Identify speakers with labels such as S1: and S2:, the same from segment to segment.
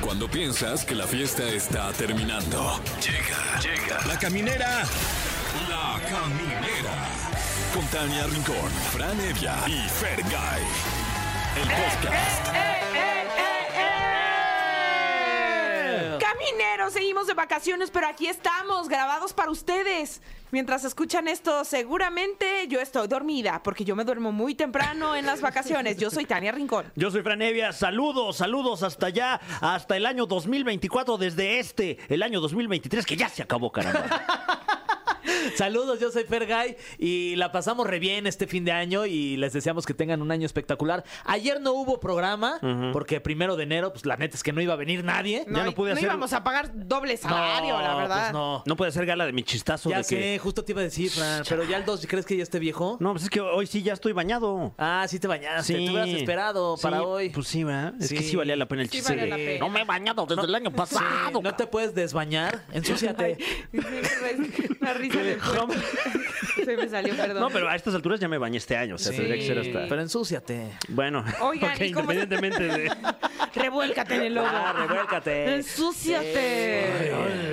S1: Cuando piensas que la fiesta está terminando. Llega, llega. La caminera. La caminera. Con Tania Rincón, Fran Evia y Fer El podcast.
S2: ¡Eh, Camineros, seguimos de vacaciones, pero aquí estamos, grabados para ustedes. Mientras escuchan esto, seguramente yo estoy dormida, porque yo me duermo muy temprano en las vacaciones. Yo soy Tania Rincón.
S3: Yo soy Fran Evia, saludos, saludos hasta allá, hasta el año 2024, desde este, el año 2023, que ya se acabó, caramba.
S4: Saludos, yo soy Fergay y la pasamos re bien este fin de año y les deseamos que tengan un año espectacular. Ayer no hubo programa porque primero de enero, pues la neta es que no iba a venir nadie.
S3: Ya no pude hacer-
S2: íbamos a pagar doble salario, la
S4: pues
S2: verdad.
S4: no.
S3: No puede ser gala de mi chistazo
S4: Ya
S3: de
S4: sé,
S3: que.
S4: justo te iba a decir, Fran, pero ya el 2, ¿crees que ya esté viejo?
S3: No, pues es que hoy sí ya estoy bañado.
S4: Ah, sí te bañaste, te hubieras esperado
S3: Sí,
S4: para hoy.
S3: Pues sí, ¿verdad? Es que
S4: Sí.
S3: sí valía la pena el
S2: Sí
S3: chiste.
S2: valía
S3: de,
S2: la pena.
S3: No me he bañado desde el año
S4: Sí,
S3: pasado.
S4: no te puedes desbañar, ensúciate.
S2: La risa del cuerpo. Se me salió, perdón.
S3: No, pero a estas alturas ya me bañé este año. O sea,
S4: Sí,
S3: tendría que ser hasta.
S4: Pero ensúciate.
S3: Bueno,
S2: Oigan,
S3: ok,
S2: ¿y cómo-
S3: independientemente de.
S2: Revuélcate en el lodo.
S4: Ah, revuélcate.
S2: Ensúciate.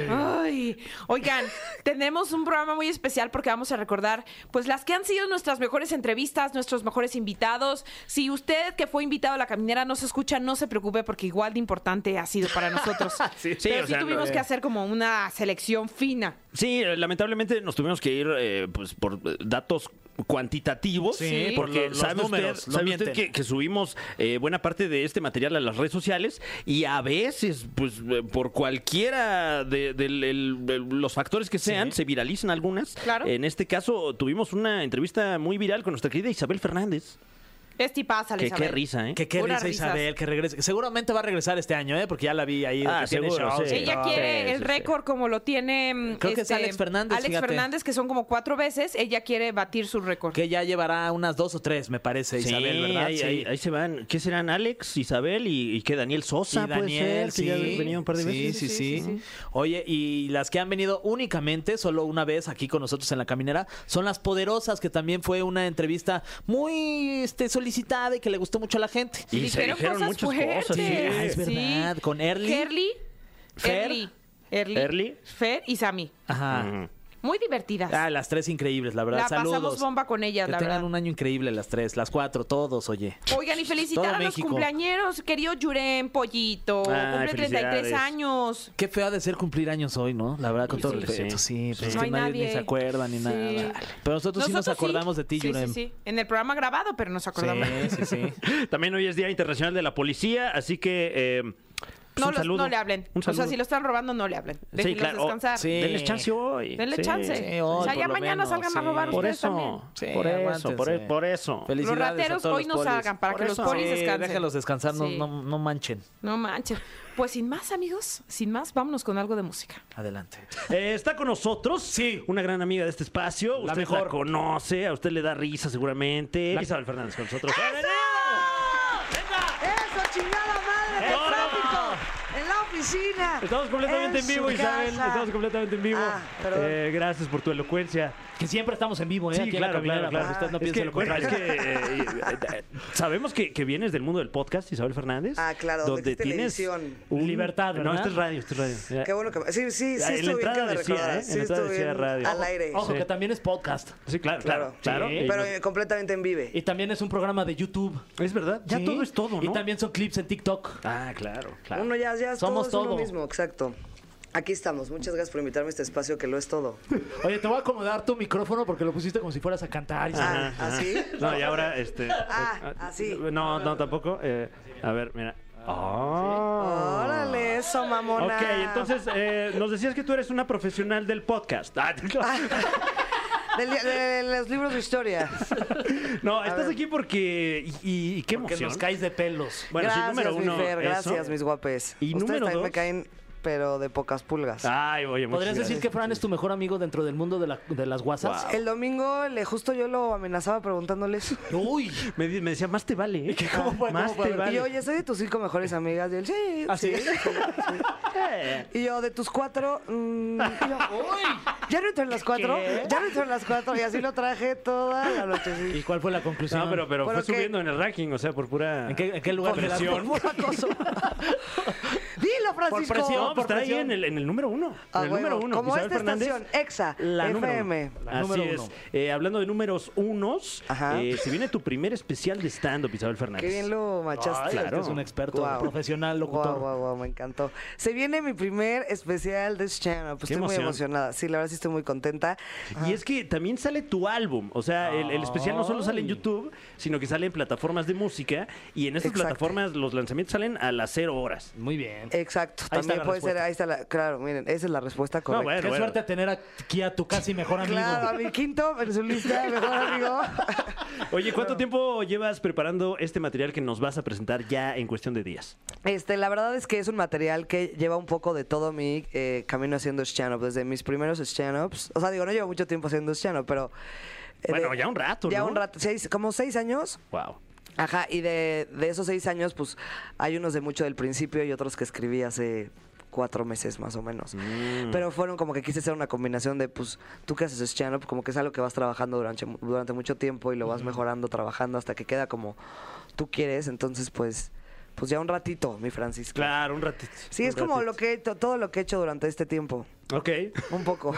S2: Ay. Oigan, tenemos un programa muy especial porque vamos a recordar pues las que han sido nuestras mejores entrevistas, nuestros mejores invitados. Si usted que fue invitado a la caminera no se escucha, no se preocupe porque igual de importante ha sido para nosotros.
S3: Sí, sí,
S2: Pero sí
S3: o sea, no,
S2: tuvimos
S3: eh.
S2: que hacer como una selección fina.
S3: Sí, eh, lamentablemente nos tuvimos que ir eh, pues, por eh, datos cuantitativos,
S4: Sí,
S3: porque
S4: lo- los
S3: sabe
S4: números,
S3: usted,
S4: no
S3: sabe usted
S4: mienten.
S3: que, que subimos eh, buena parte de este material a las redes sociales y a veces, pues eh, por cualquiera de, del- el- de los factores que sean, se viralizan algunas.
S2: Claro.
S3: En este caso tuvimos una entrevista muy viral con nuestra querida Isabel Fernández.
S2: Este pásale,
S3: Que qué
S2: Isabel.
S3: risa, ¿eh?
S4: Que qué
S2: Puras
S4: risa
S2: risas.
S4: Isabel, que regrese. Seguramente va a regresar este año, ¿eh? Porque ya la vi ahí. de
S3: Ah,
S4: que tiene
S3: seguro,
S4: shows
S3: sí.
S4: y
S2: Ella
S4: todo.
S2: quiere
S3: Sí,
S2: el
S3: sí,
S2: récord como lo tiene. mm,
S4: Creo que es Alex Fernández,
S2: Alex
S4: fíjate.
S2: Fernández, que son como cuatro veces. Ella quiere batir su récord.
S4: Que ya llevará unas dos o tres, me parece,
S3: Sí,
S4: Isabel, ¿verdad?
S3: Ahí,
S4: Sí.
S3: ahí- ahí se van. ¿Qué serán Alex, Isabel y, y qué Daniel Sosa?
S4: Y
S3: puede ser,
S4: Daniel,
S3: que ya han venido un par de
S4: sí,
S3: veces.
S4: Sí sí, Oye, y las que han venido únicamente, solo una vez aquí con nosotros en la caminera, son las poderosas, que también fue una entrevista muy este, solicitada y que le gustó mucho a la gente.
S3: Y se dijeron muchas cosas,
S4: sí. Ah, es verdad, con Erly.
S2: Kerly,
S4: Fer.
S2: Erly, Erly,
S3: Erly.
S2: Fer y Sammy.
S4: Ajá.
S3: Ujú.
S2: Muy divertidas.
S4: Ah, las tres increíbles, la verdad.
S2: La pasamos
S4: Saludos.
S2: bomba con ellas,
S4: que
S2: la
S4: tengan
S2: verdad.
S4: un año increíble las tres, las cuatro, todos, oye.
S2: Oigan, y felicitar
S4: Todo
S2: a los
S4: México.
S2: cumpleañeros, querido Yuren Pollito.
S3: Ay,
S2: cumple 33
S3: felicidades.
S2: años.
S4: Qué feo ha de ser cumplir años hoy, ¿no? La verdad, con
S3: Sí,
S4: todo
S3: sí.
S4: respeto, sí.
S3: Sí.
S4: Pues
S2: No
S4: que
S2: hay
S4: nadie,
S2: nadie.
S4: ni se acuerda ni
S2: Sí.
S4: nada. Pero nosotros, sí nos
S2: Nosotros
S4: acordamos de ti,
S2: sí,
S4: Yurem.
S2: Sí, sí, En el programa grabado, pero nos acordamos.
S4: sí, sí, sí.
S3: También hoy es Día Internacional de la Policía, así que. eh, pues
S2: No,
S3: un
S2: los-
S3: saludo.
S2: no le hablen.
S3: Un
S2: O sea,
S3: saludo.
S2: si lo están robando, no le hablen.
S3: Sí,
S2: Déjenlos
S3: claro.
S2: descansar.
S4: Sí.
S3: Denles chance hoy.
S2: Denle
S3: sí.
S2: chance.
S4: Sí, hoy,
S2: o sea,
S4: por
S2: ya
S4: lo
S2: mañana
S4: menos,
S2: salgan a
S4: sí.
S2: robar
S3: Por
S2: ustedes
S3: eso.
S2: también.
S4: Sí,
S3: por, eso
S4: aguántense.
S3: por, e- por eso.
S2: Los rateros hoy no salgan para
S3: Por
S2: que los
S3: eso.
S2: polis
S3: Sí,
S2: descansen.
S4: déjenlos descansar, no,
S2: Sí.
S4: no, no manchen.
S2: No manches. Pues sin más, amigos, sin más, vámonos con algo de música.
S4: Adelante.
S3: Eh, está con nosotros. Sí. Una gran amiga de este espacio.
S4: La
S3: usted la
S4: mejor.
S3: conoce, a usted le da risa seguramente. Isabel Fernández con nosotros.
S5: ¡Eso, chingada madre! ¡Qué
S3: ¡Eso!
S5: tráfico! ¡En la oficina!
S3: Eh. Estamos completamente en,
S5: su
S3: vivo, Isabel.
S5: casa.
S3: Estamos completamente en vivo.
S5: Ah, perdón.
S3: Eh, gracias por tu elocuencia.
S4: Que siempre estamos en vivo, ¿eh? Aquí en la caminera, para que usted no
S3: Ah, es
S4: piense
S3: que,
S4: lo
S3: bueno,
S4: contrario.
S3: es que, eh, eh, eh, sabemos que, que vienes del mundo del podcast, Isabel Fernández.
S5: Ah, claro, donde
S3: Donde
S5: es
S3: tienes
S5: televisión.
S3: un-
S4: Libertad,
S3: No,
S4: ¿verdad?
S3: esto es radio, esto es radio.
S5: Qué bueno que...
S3: Ah,
S5: Sí, sí, sí,
S3: en la
S5: estuve bien que
S3: entrada
S5: me
S3: decía,
S5: recordaras.
S3: ¿eh? En
S5: Sí,
S3: la entrada
S5: estuve
S3: decía
S5: bien
S3: radio.
S5: al aire.
S4: Ojo,
S3: Sí.
S4: que también es podcast.
S3: Sí, claro, claro,
S5: Claro.
S3: claro.
S4: Sí.
S3: Eh,
S5: Pero eh, completamente en vive.
S4: Y también es un programa de YouTube.
S3: Es verdad, ya
S4: ¿sí?
S3: todo es todo, ¿no?
S4: Y también son clips en TikTok.
S3: Ah, claro, claro.
S5: Uno ya, ya
S4: Somos
S5: todo es
S4: todo.
S5: uno mismo, exacto. Aquí estamos. Muchas gracias por invitarme a este espacio que lo es todo.
S6: Oye, te voy a acomodar tu micrófono porque lo pusiste como si fueras a cantar. Isabel.
S5: Ah, ¿así?
S3: No, y ahora, este...
S5: Ah,
S3: eh,
S5: así.
S3: No, no, tampoco. eh, a ver, mira. Ah.
S5: ¡Órale, eso, mamona!
S3: Ok, entonces eh, nos decías que tú eres una profesional del podcast. Ah,
S5: Del- De, de los libros de historia.
S3: No, estás aquí porque. Y, y qué
S6: que
S3: emoción.
S6: nos caes de pelos.
S3: Bueno, sí,
S5: gracias,
S3: número uno.
S5: mi Fer,
S3: eso.
S5: gracias, mis guapes.
S3: Y
S5: Ustedes
S3: número
S5: también
S3: dos.
S5: me caen, pero de pocas pulgas.
S3: Ay, oye, muchas
S4: ¿Podrías decir
S3: gracias.
S4: que Fran es tu mejor amigo dentro del mundo de, la- de las guasas?
S5: El domingo, le, justo yo lo amenazaba preguntándoles.
S4: Uy,
S3: Me, di- me decía, más te vale. ¿eh?
S4: ¿cómo
S5: Ah,
S4: fue?
S3: más
S4: ¿Cómo fue?
S3: te
S4: Y
S3: vale.
S5: Y yo, ya soy de tus cinco mejores amigas. Y él, sí.
S4: ¿Ah, sí?
S3: Eh,
S5: Y yo, de tus cuatro. mm, y yo, ¿Ya no entró en las cuatro? ¿Ya no entró en las cuatro? Y así lo traje toda la noche.
S4: ¿y
S5: Sí.
S4: cuál fue la conclusión?
S3: No, pero, pero
S5: Bueno,
S3: fue
S5: ¿qué?
S3: subiendo en el ranking, o sea, por pura.
S4: ¿En qué, en qué lugar
S5: Por-
S4: quedaste?
S5: por puro acoso. Dilo, Francisco.
S3: Por presión,
S5: Por
S3: pues, está ahí
S5: presión.
S3: en el, en el número uno.
S5: Ah,
S3: en el
S5: bueno,
S3: número uno.
S5: como
S3: Isabel
S5: esta
S3: Fernández,
S5: estación, Exa,
S3: la número
S5: FM.
S3: uno.
S7: La número
S3: Así es.
S7: uno.
S3: Eh, hablando de números unos,
S5: Ajá.
S3: eh, se viene tu primer especial de stand-up, Isabel Fernández.
S5: Qué bien lo machaste.
S3: Ay,
S7: Este es un experto,
S5: Guau.
S7: profesional, locutor.
S5: Guau, guau, guau, me encantó. Se viene mi primer especial de Channel. Pues
S3: Qué
S5: estoy muy
S3: emoción.
S5: emocionada. Sí, la verdad sí estoy muy contenta.
S3: Y es que también sale tu álbum. O sea, el, el especial no solo sale en YouTube, sino que sale en plataformas de música. Y en esas
S5: Exacto.
S3: plataformas los lanzamientos salen a las cero horas.
S7: Muy bien.
S5: Exacto.
S3: Ahí está
S5: También
S3: la
S5: puede ser,
S3: respuesta.
S5: ahí está la. Claro, miren, esa es la respuesta correcta.
S3: bueno.
S7: Qué suerte tener aquí a tu casi mejor amigo.
S5: Claro, a mi quinto en su lista, mejor amigo.
S3: Oye, ¿cuánto tiempo llevas preparando este material que nos vas a presentar ya en cuestión de días?
S5: Este, la verdad es que es un material que lleva un poco de todo mi eh, camino haciendo stand-up, desde mis primeros stand-ups. O sea, digo, no llevo mucho tiempo haciendo stand-up, pero... eh,
S3: Bueno,
S5: de-
S3: ya un rato,
S5: Ya
S3: ¿no?
S5: un rato, seis- como seis años.
S3: Wow.
S5: Ajá, y de, de esos seis años, pues hay unos de mucho del principio y otros que escribí hace cuatro meses más o menos.
S3: Mm.
S5: Pero fueron como que quise hacer una combinación de, pues, tú que haces stand-up, como que es algo que vas trabajando durante, durante mucho tiempo y lo vas mejorando, trabajando hasta que queda como tú quieres. Entonces, pues, pues ya un ratito, mi Francisco.
S3: Claro, un ratito.
S5: Sí, es como lo que to- todo lo que he hecho durante este tiempo.
S3: Ok.
S5: Un poco.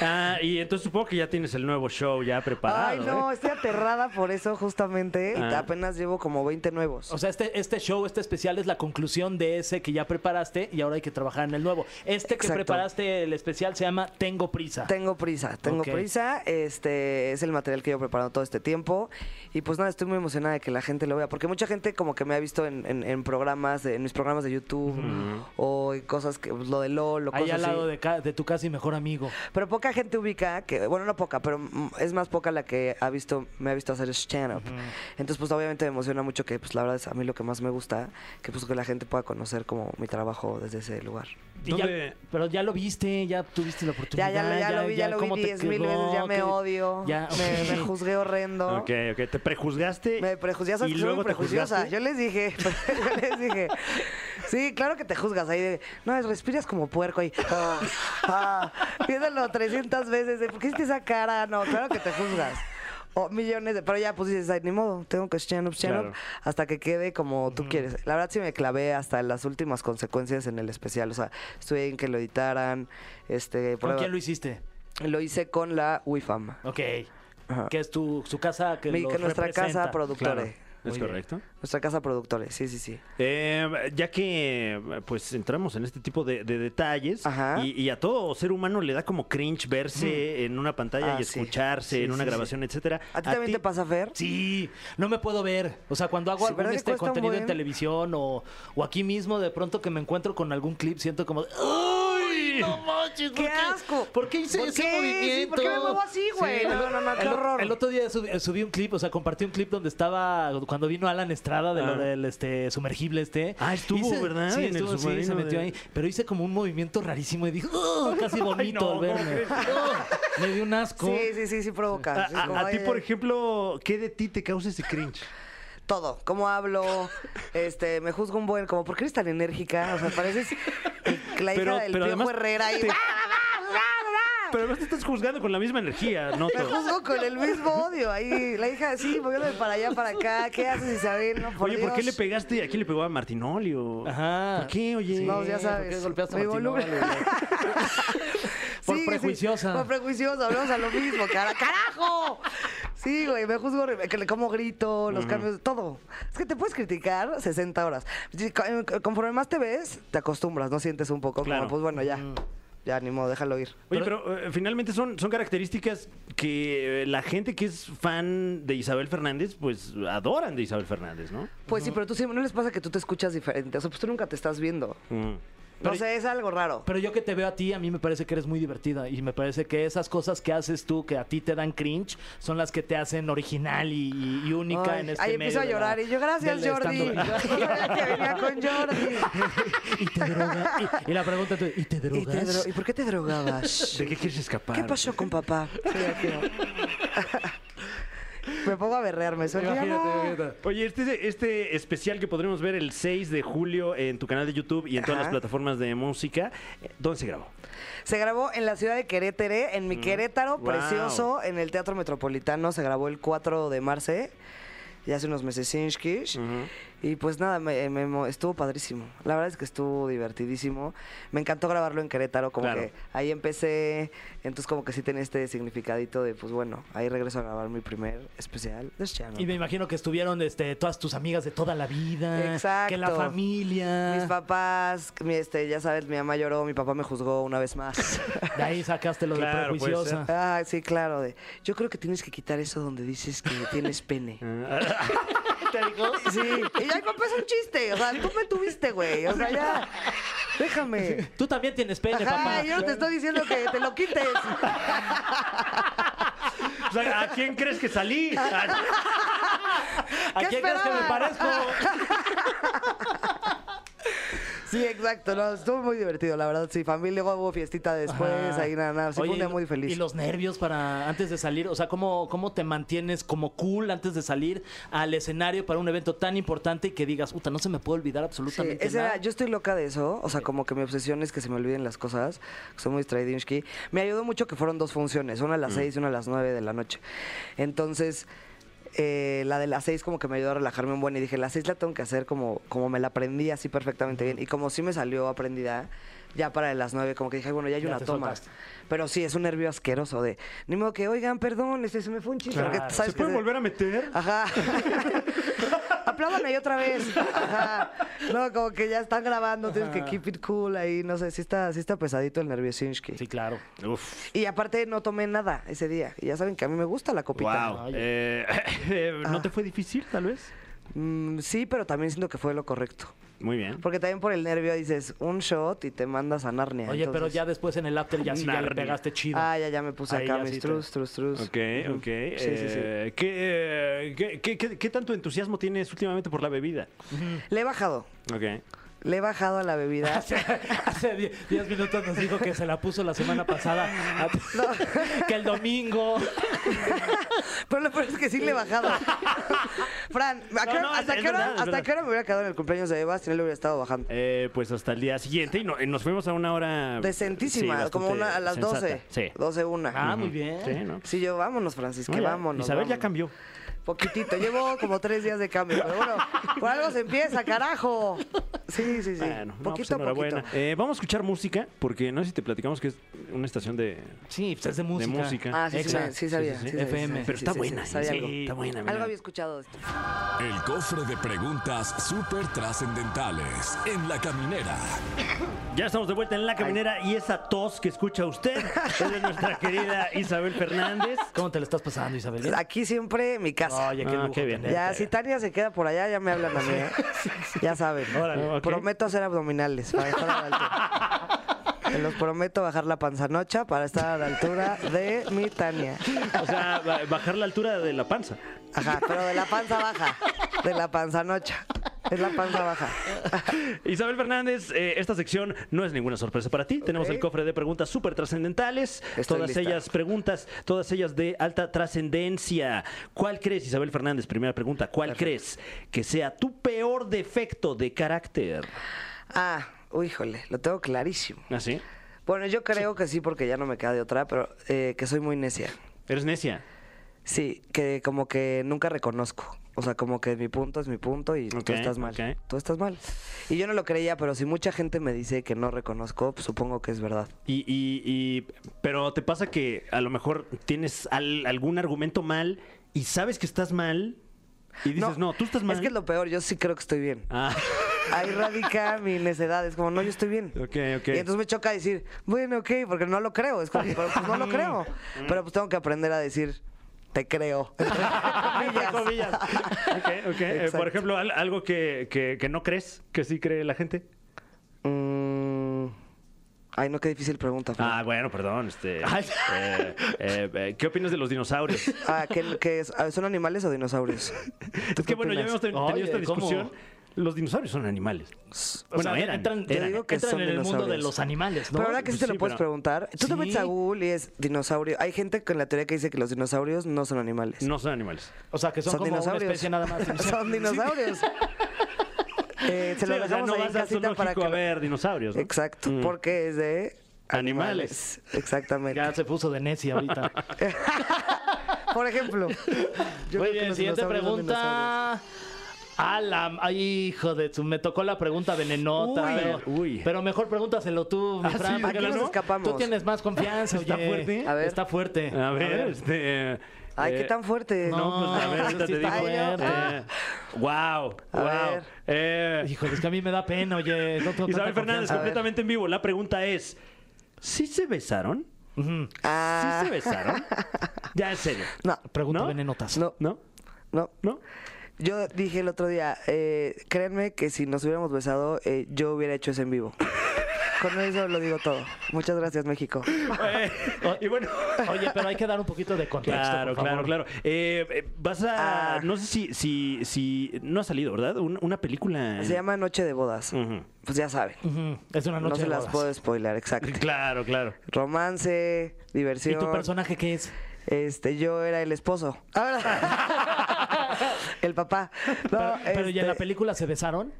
S3: Ah, y entonces supongo que ya tienes el nuevo show ya preparado.
S5: Ay, no,
S3: ¿eh?
S5: estoy aterrada por eso justamente.
S3: Ah.
S5: Apenas llevo como 20 nuevos.
S4: O sea, este, este show, este especial es la conclusión de ese que ya preparaste y ahora hay que trabajar en el nuevo. Este que
S5: Exacto.
S4: preparaste, el especial, se llama Tengo Prisa.
S5: Tengo prisa, tengo
S4: Ok.
S5: prisa. Este es el material que yo he preparado todo este tiempo. Y pues nada, estoy muy emocionada de que la gente lo vea. Porque mucha gente como que me ha visto en, en- en programas, de- en mis programas de YouTube, o en cosas que, pues, lo de LOL, o
S4: Ahí
S5: cosas
S4: al lado
S5: así.
S4: de, ca- de tu casi mejor amigo.
S5: Pero poca gente ubica que, bueno, no poca, pero mm, es más poca la que ha visto, me ha visto hacer stand-up. Entonces, pues obviamente me emociona mucho que, pues la verdad es a mí lo que más me gusta, que pues que la gente pueda conocer como mi trabajo desde ese lugar.
S4: Y ya-
S3: ¿Dónde?
S4: pero ya lo viste, ya tuviste la
S5: Ya,
S4: oportunidad.
S5: ya, ya, lo vi, ya, lo
S4: ¿cómo
S5: vi
S4: te
S5: diez mil
S4: quedó?
S5: veces, ya me
S4: ¿Qué-
S5: odio,
S4: Ya,
S5: me, me
S4: ok.
S5: juzgué horrendo.
S3: Ok, ok. Te prejuzgaste.
S5: Me prejuzgué, ya sabes
S3: y
S5: que soy
S3: luego
S5: muy
S3: te
S5: prejuiciosa.
S3: juzgaste.
S5: Yo les dije, yo les dije. Sí, claro que te juzgas ahí de, no, es- respiras como puerco ahí. Ah, ah, piénsalo 300 veces, de, ¿por qué hiciste esa cara? No, claro que te juzgas. O millones de, pero ya pues dices, "Ay, ni modo, tengo que stand up, stand up",
S3: Claro.
S5: hasta que quede como tú quieres. La verdad sí me clavé hasta las últimas consecuencias en el especial, o sea, estuve en que lo editaran, este,
S4: ¿Con
S5: prueba-
S4: quién lo hiciste?
S5: lo hice con la UIFAM,
S4: Ok.
S5: Ajá.
S4: Que es tu, su casa que,
S5: Mi-
S4: los
S5: que nuestra
S4: representa.
S5: casa productora,
S3: Claro. Es correcto.
S5: nuestra casa productora, sí, sí, sí.
S3: Eh, ya que eh, pues entramos en este tipo de, de detalles
S5: Ajá.
S3: y, y a todo ser humano le da como cringe verse en una pantalla
S5: Ah,
S3: y
S5: sí.
S3: escucharse en una grabación, etcétera.
S5: ¿A ti también te pasa, Fer?
S4: Sí, no me puedo ver. O sea, cuando hago
S5: Sí,
S4: algún
S5: ¿verdad que
S4: este
S5: cuesta un
S4: contenido en
S5: buen?
S4: televisión o, o aquí mismo, de pronto que me encuentro con algún clip, siento como. ¡Uy! ¡No manches! ¿por
S5: ¡Qué asco!
S4: ¿Por qué hice
S5: ¿Por
S4: ese
S5: qué? Sí,
S4: movimiento?
S5: ¿por qué me muevo así, güey? No, no, no, qué
S4: el, o-
S5: horror.
S4: El otro día sub- subí, un clip, o sea, compartí un clip donde estaba. Cuando vino Alan Estrada de lo
S3: Ah.
S4: del este, sumergible este.
S3: Ah, estuvo, ¿verdad?
S4: Sí,
S3: En el
S4: estuvo, sí, se
S3: submarino
S4: metió
S3: de-
S4: ahí. Pero hice como un movimiento rarísimo y dije. "Ugh", Casi vomito al verme. Ugh, me dio un asco.
S5: Sí, sí, sí, sí provoca.
S3: A,
S5: Sí,
S3: a-
S5: como,
S3: Ah, a ti,
S5: ay,
S3: por
S5: ay,
S3: ejemplo, ¿qué de ti te causa ese cringe?
S5: Todo. Cómo hablo, este, me juzgo un buen, como, ¿por qué eres tan enérgica? O sea, pareces el- la hija
S3: Pero-
S5: del
S3: pero
S5: Piojo
S3: además
S5: Herrera ¡Ah! y...
S3: te-
S5: Ah,
S3: Pero además te estás juzgando con la misma energía, ¿no?
S5: Me juzgo con el mismo odio. Ahí, la hija, sí, moviéndome para allá, para acá. ¿Qué haces, Isabel? No, por
S3: Oye, ¿por qué le
S5: Dios.
S3: pegaste? ¿A quién le pegó a Martinoli? o-
S4: Ajá.
S3: ¿Por qué, oye?
S5: No, ya
S4: ¿por
S5: sabes.
S4: qué golpeaste a
S5: me
S4: Martín
S5: involucra.
S4: Órale, güey? Por prejuiciosa.
S5: por prejuiciosa, hablamos a lo mismo, cara. ¡Carajo! Sí, güey, me juzgo, horrible, que le- cómo grito, los cambios, todo. Es que te puedes criticar 60 horas. Sí, co- eh, Conforme más te ves, te acostumbras, ¿no? Sientes un poco
S3: Claro.
S5: como, pues bueno, ya. Ya, ni modo, déjalo ir.
S3: Oye, pero eh, finalmente son, son características que eh, la gente que es fan de Isabel Fernández, pues adoran de Isabel Fernández, ¿no?
S5: Pues sí, pero tú siempre, ¿no les pasa que tú te escuchas diferente? O sea, pues tú nunca te estás viendo.
S3: Mm.
S5: no sé, es algo raro.
S4: Pero yo que te veo a ti, a mí me parece que eres muy divertida y me parece que esas cosas que haces tú, que a ti te dan cringe, son las que te hacen original y, y- y única
S5: Ay,
S4: en este
S5: ahí
S4: medio
S5: empiezo a
S4: de la-
S5: llorar y yo, gracias
S4: del
S5: Jordi.
S4: stand-up".
S5: Yo sabía que venía con Jordi.
S4: y te droga. Y, y la pregunta tú, ¿y te
S5: ¿Y, te
S4: drogas?
S5: dro- ¿Y por qué te drogabas?
S3: ¿De qué quieres escapar?
S5: ¿Qué pasó con papá? Sí, aquí no. Me pongo a berrearme. Soy
S7: Imagínate,
S5: Diana.
S7: imagínate.
S3: Oye, este, este especial que podremos ver el 6 de julio en tu canal de YouTube y en todas
S5: Ajá.
S3: las plataformas de música, ¿dónde se grabó?
S5: Se grabó en la ciudad de Querétaro, en mi Querétaro,
S3: Mm. Wow.
S5: precioso, en el Teatro Metropolitano. Se grabó el 4 de marzo, ya hace unos meses, Sinchkish. Y pues nada, me, me mo- estuvo padrísimo. La verdad es que estuvo divertidísimo. Me encantó grabarlo en Querétaro, como
S3: Claro.
S5: que ahí empecé. Entonces, como que sí tenía este significadito de, pues bueno, ahí regreso a grabar mi primer especial de Channel.
S4: Y me imagino que estuvieron este, todas tus amigas de toda Ah, la vida.
S5: Exacto.
S4: Que la familia.
S5: Mis papás, mi, este, ya sabes, mi mamá lloró, mi papá me juzgó una vez más.
S4: De ahí sacaste lo de
S3: Claro, puede
S4: prejuiciosa.
S5: ah, sí, claro. de- yo creo que tienes que quitar eso donde dices que tienes pene. Sí. Y ya, papá, es un chiste. O sea, tú me tuviste, güey. O sea, ya. Déjame.
S4: Tú también tienes pene,
S5: Ajá,
S4: papá.
S5: yo no te estoy diciendo que te lo quites.
S3: O sea, ¿A quién crees que salí? Ah,
S4: ¿A
S5: ¿Qué
S4: quién crees que me
S5: esperabas?
S4: parezco?
S5: Sí, exacto. No, estuvo muy divertido, la verdad. Sí, familia, luego hubo fiestita después.
S4: Ajá.
S5: Ahí nada, nada. Sí,
S4: Oye,
S5: fue un día
S4: y-
S5: muy
S4: Y
S5: feliz.
S4: los nervios para antes de salir, o sea, ¿cómo, cómo te mantienes como cool antes de salir al escenario para un evento tan importante y que digas, puta, no se me puede olvidar
S5: Sí,
S4: absolutamente
S5: esa era-
S4: nada?
S5: yo estoy loca de eso, o sea, como que mi obsesión es que se me olviden las cosas, que soy muy distraídinsky. Me ayudó mucho que fueron dos funciones, una a
S4: Mm.
S5: las seis y una a las nueve de la noche. Entonces, eh, la de las seis como que me ayudó a relajarme un buen y dije, las seis la tengo que hacer como, como me la aprendí así perfectamente bien. Y como sí me salió aprendida, ya para las nueve como que dije, "Ay, bueno, ya hay
S4: Ya
S5: una
S4: te
S5: toma.
S4: soltaste.
S5: Pero sí, es un nervio asqueroso de, ni modo que, oigan, perdón, este, se me fue un chiste. porque sabes
S3: ¿Se
S5: que
S3: puede volver a meter?
S5: Ajá. Apláudame ahí otra vez. Ajá. No, como que ya están grabando, tienes que keep it cool ahí, no sé, sí está, sí está pesadito el nerviosinski.
S4: Sí, claro.
S3: Uf.
S5: Y aparte no tomé nada ese día. Y ya saben que a mí me gusta la copita.
S3: Wow. Eh, eh, ¿No te fue difícil, tal vez?
S5: Mm, sí, pero también siento que fue lo correcto.
S3: Muy bien.
S5: Porque también por el nervio dices un shot y te mandas a Narnia.
S4: Oye, pero
S5: entonces-
S4: ya después en el after ya sí ya le
S3: Narnia.
S4: pegaste chido.
S5: Ah, ya, ya me puse
S4: Ahí
S5: acá
S4: ya
S5: mis
S4: sí te-
S5: trus, trus, trus.
S3: Ok, ok.
S5: pues, Ujú. Sí, sí, sí.
S3: eh, ¿qué, eh, qué- qué- qué- qué tanto entusiasmo tienes últimamente por la bebida?
S5: Le he bajado.
S3: Ok.
S5: Le he bajado a la
S3: Ah,
S5: bebida.
S4: Hace- Hace 10 minutos nos dijo que se la puso la semana pasada. que el domingo.
S5: Pero lo peor es que sí le he bajado. Fran, ¿a qué hora-
S3: no, es-
S5: ¿hasta,
S3: es
S5: qué hora,
S3: verdad, es
S5: hasta
S3: verdad.
S5: qué hora me hubiera quedado en el cumpleaños de Eva si no le hubiera estado bajando?
S3: Eh, pues hasta el día siguiente y, no- y nos fuimos a una hora... eh,
S5: Decentísima,
S3: sí,
S5: como
S3: bastante
S5: una, a las
S3: sensata.
S5: 12.
S3: Sí.
S5: 12, una. Mm.
S4: Ah, muy bien.
S3: Sí, ¿no?
S5: Sí, yo, vámonos, Francisca,
S3: No, ya-
S5: vámonos.
S3: Isabel ya
S5: vámonos.
S3: cambió.
S5: Poquitito, llevo como tres días de cambio, pero bueno, por algo se empieza, carajo. Sí, sí, sí.
S3: Bueno, no, pues,
S5: poquito a
S3: enhorabuena.
S5: poquito.
S3: Eh, vamos a escuchar música, porque no sé si te platicamos que es una estación de...
S4: Sí, pues es de música.
S3: música.
S5: Ah, sí, sí,
S4: Exacto.
S5: me- sí, sabía.
S3: Sí, sí, sí.
S5: sí sabía,
S4: FM.
S5: sí,
S3: Pero
S5: sí,
S3: está
S5: sí,
S3: buena,
S5: sí, sabía
S3: sí,
S5: algo.
S3: está buena, mira.
S5: Algo había escuchado de esto.
S1: El cofre de preguntas súper trascendentales en la caminera.
S3: Ya estamos de vuelta en La Caminera y esa tos que escucha usted es de nuestra querida Isabel Fernández.
S4: Ah, ¿Cómo te lo estás pasando, Isabel?
S5: Aquí siempre mi casa.
S4: Oye, qué,
S3: Ah,
S4: lujo
S3: qué bien.
S4: tenerte.
S5: Ya, si Tania se queda por allá, ya me hablan a mí, ¿eh? Ya saben.
S3: Órale, ok.
S5: Prometo hacer abdominales para estar a la altura. Se los prometo bajar la panzanocha para estar a la altura de mi Tania.
S3: O sea, ba- bajar la altura de la panza.
S5: Ajá, pero de la panza baja. De la panzanocha. Es la panza baja.
S3: Isabel Fernández, eh, esta sección no es ninguna sorpresa para ti. Tenemos el cofre de preguntas súper trascendentales.
S5: Estoy
S3: Todas
S5: lista.
S3: ellas preguntas, todas ellas de alta trascendencia. ¿Cuál crees, Isabel Fernández? Primera pregunta, ¿cuál crees que sea tu peor defecto de carácter? ¿Ah,
S5: Ah, uy, híjole, lo tengo clarísimo.
S3: ¿Así?
S5: Bueno, yo creo que sí, porque ya no me queda de otra, pero eh, que soy muy necia.
S3: ¿Eres necia?
S5: Sí, que como que nunca reconozco. O sea, como que mi punto es mi punto y
S3: Ok,
S5: tú estás mal.
S3: ok.
S5: Tú estás mal. Y yo no lo creía, pero si mucha gente me dice que no reconozco, pues, supongo que es verdad.
S3: Y, y- y- pero te pasa que a lo mejor tienes al- algún argumento mal y sabes que estás mal y dices, no, tú estás mal.
S5: Es que es lo peor, yo sí creo que estoy bien.
S3: Ah,
S5: Ahí radica mi necedad. Es como, no, yo estoy bien.
S3: ok, ok.
S5: Y entonces me choca decir, bueno, ok, porque no lo creo. Es como, pero pues no lo creo.
S3: Mm.
S5: Pero pues tengo que aprender a decir, te creo. Entre comillas.
S3: Ok, ok. Eh, por
S5: Exacto.
S3: ejemplo, al- algo que, que- que no crees, que sí cree la gente.
S5: Mm. Ay, no, qué difícil pregunta. Fran.
S3: Ah, bueno, perdón. Este, eh, eh, eh, ¿Qué opinas de los dinosaurios?
S5: Ah, ¿qué, qué es? Ah, ¿Son animales o dinosaurios? ¿Tú
S3: es que
S5: qué
S3: bueno, ya
S5: opinas?
S3: habíamos ten-
S4: Oye,
S3: tenido esta
S4: ¿cómo?
S3: discusión. Los dinosaurios son animales.
S4: O sea,
S3: Bueno, eran, eh,
S4: entran,
S3: eran.
S5: Yo digo que
S4: entran
S5: son
S4: en el mundo de
S5: dinosaurios.
S4: los animales, ¿no?
S5: Pero ahora que sí
S3: pues
S5: te lo
S3: sí,
S5: puedes
S3: pero-
S5: preguntar. Tú te
S4: Sí.
S5: metes a Google y es dinosaurio. Hay gente con la teoría que dice que los dinosaurios no son animales.
S3: No son animales.
S4: O sea, que son, como una especie nada más.
S5: son dinosaurios. Eh, se
S3: Sí,
S5: lo
S3: o sea,
S5: dejamos
S3: no
S5: ahí en
S3: vas al
S5: casita para
S3: zoológico
S5: que...
S3: a ver dinosaurios. ¿no?
S5: Exacto,
S3: Mm.
S5: porque es de...
S3: Animales.
S5: Exactamente.
S4: Ya se puso de necia ahorita.
S5: Por ejemplo. yo creo
S4: Muy
S5: que
S4: bien,
S5: los
S4: siguiente
S5: dinosaurios son
S4: pregunta.
S7: Alam, ay, hijo de su, me tocó la pregunta venenota.
S3: Uy,
S7: pero,
S3: uy.
S7: pero mejor pregúntaselo tú, mi
S3: Ah,
S7: Fran,
S3: sí,
S7: porque
S3: ¿de
S5: qué
S7: la-
S5: nos escapamos?
S7: Tú tienes más confianza,
S3: ¿Está
S7: oye.
S3: fuerte?
S5: A ver.
S7: Está fuerte.
S3: A ver, este.
S5: Ay, qué
S3: eh,
S5: tan fuerte.
S3: No, pues a ver,
S7: eso
S3: ahorita
S7: sí
S3: te digo. eh,
S7: está fuerte.
S3: wow,
S5: A
S3: wow.
S5: ver.
S7: Híjole, es que a mí me da pena, oye. no tengo
S3: Eh, Isabel
S7: tanta
S3: Fernández,
S5: A ver.
S3: completamente en vivo. La pregunta es: ¿sí se besaron? ¿Sí
S5: Ah,
S3: se besaron? Ya, en serio.
S5: no,
S7: confianza. Pregunta
S3: ¿No?
S7: venenotas.
S5: no,
S3: ¿No?
S5: no.
S3: ¿No?
S5: Yo dije el otro día, eh, créanme que si nos hubiéramos besado, eh, yo hubiera hecho ese en vivo. Con eso lo digo todo. Muchas gracias, México.
S3: Eh, y bueno.
S7: Oye, pero hay que dar un poquito de contexto.
S3: Claro,
S7: por favor.
S3: claro, claro. Eh, eh, vas a.
S5: Ah.
S3: No sé si, si, si. No ha salido, ¿verdad? Un- una película. en-
S5: Se llama Noche de Bodas.
S3: Ujú.
S5: Pues ya saben.
S7: Ujú, Es una
S5: No
S7: noche
S5: se
S7: de
S5: las
S7: bodas.
S5: puedo spoiler, exacto.
S3: Claro, claro.
S5: Romance,
S7: ¿Y
S5: diversión.
S7: tu Ah, personaje qué es?
S5: Este, yo era el esposo. Ahora. el papá. No,
S7: pero, pero ¿y en la
S5: este,
S7: película se besaron?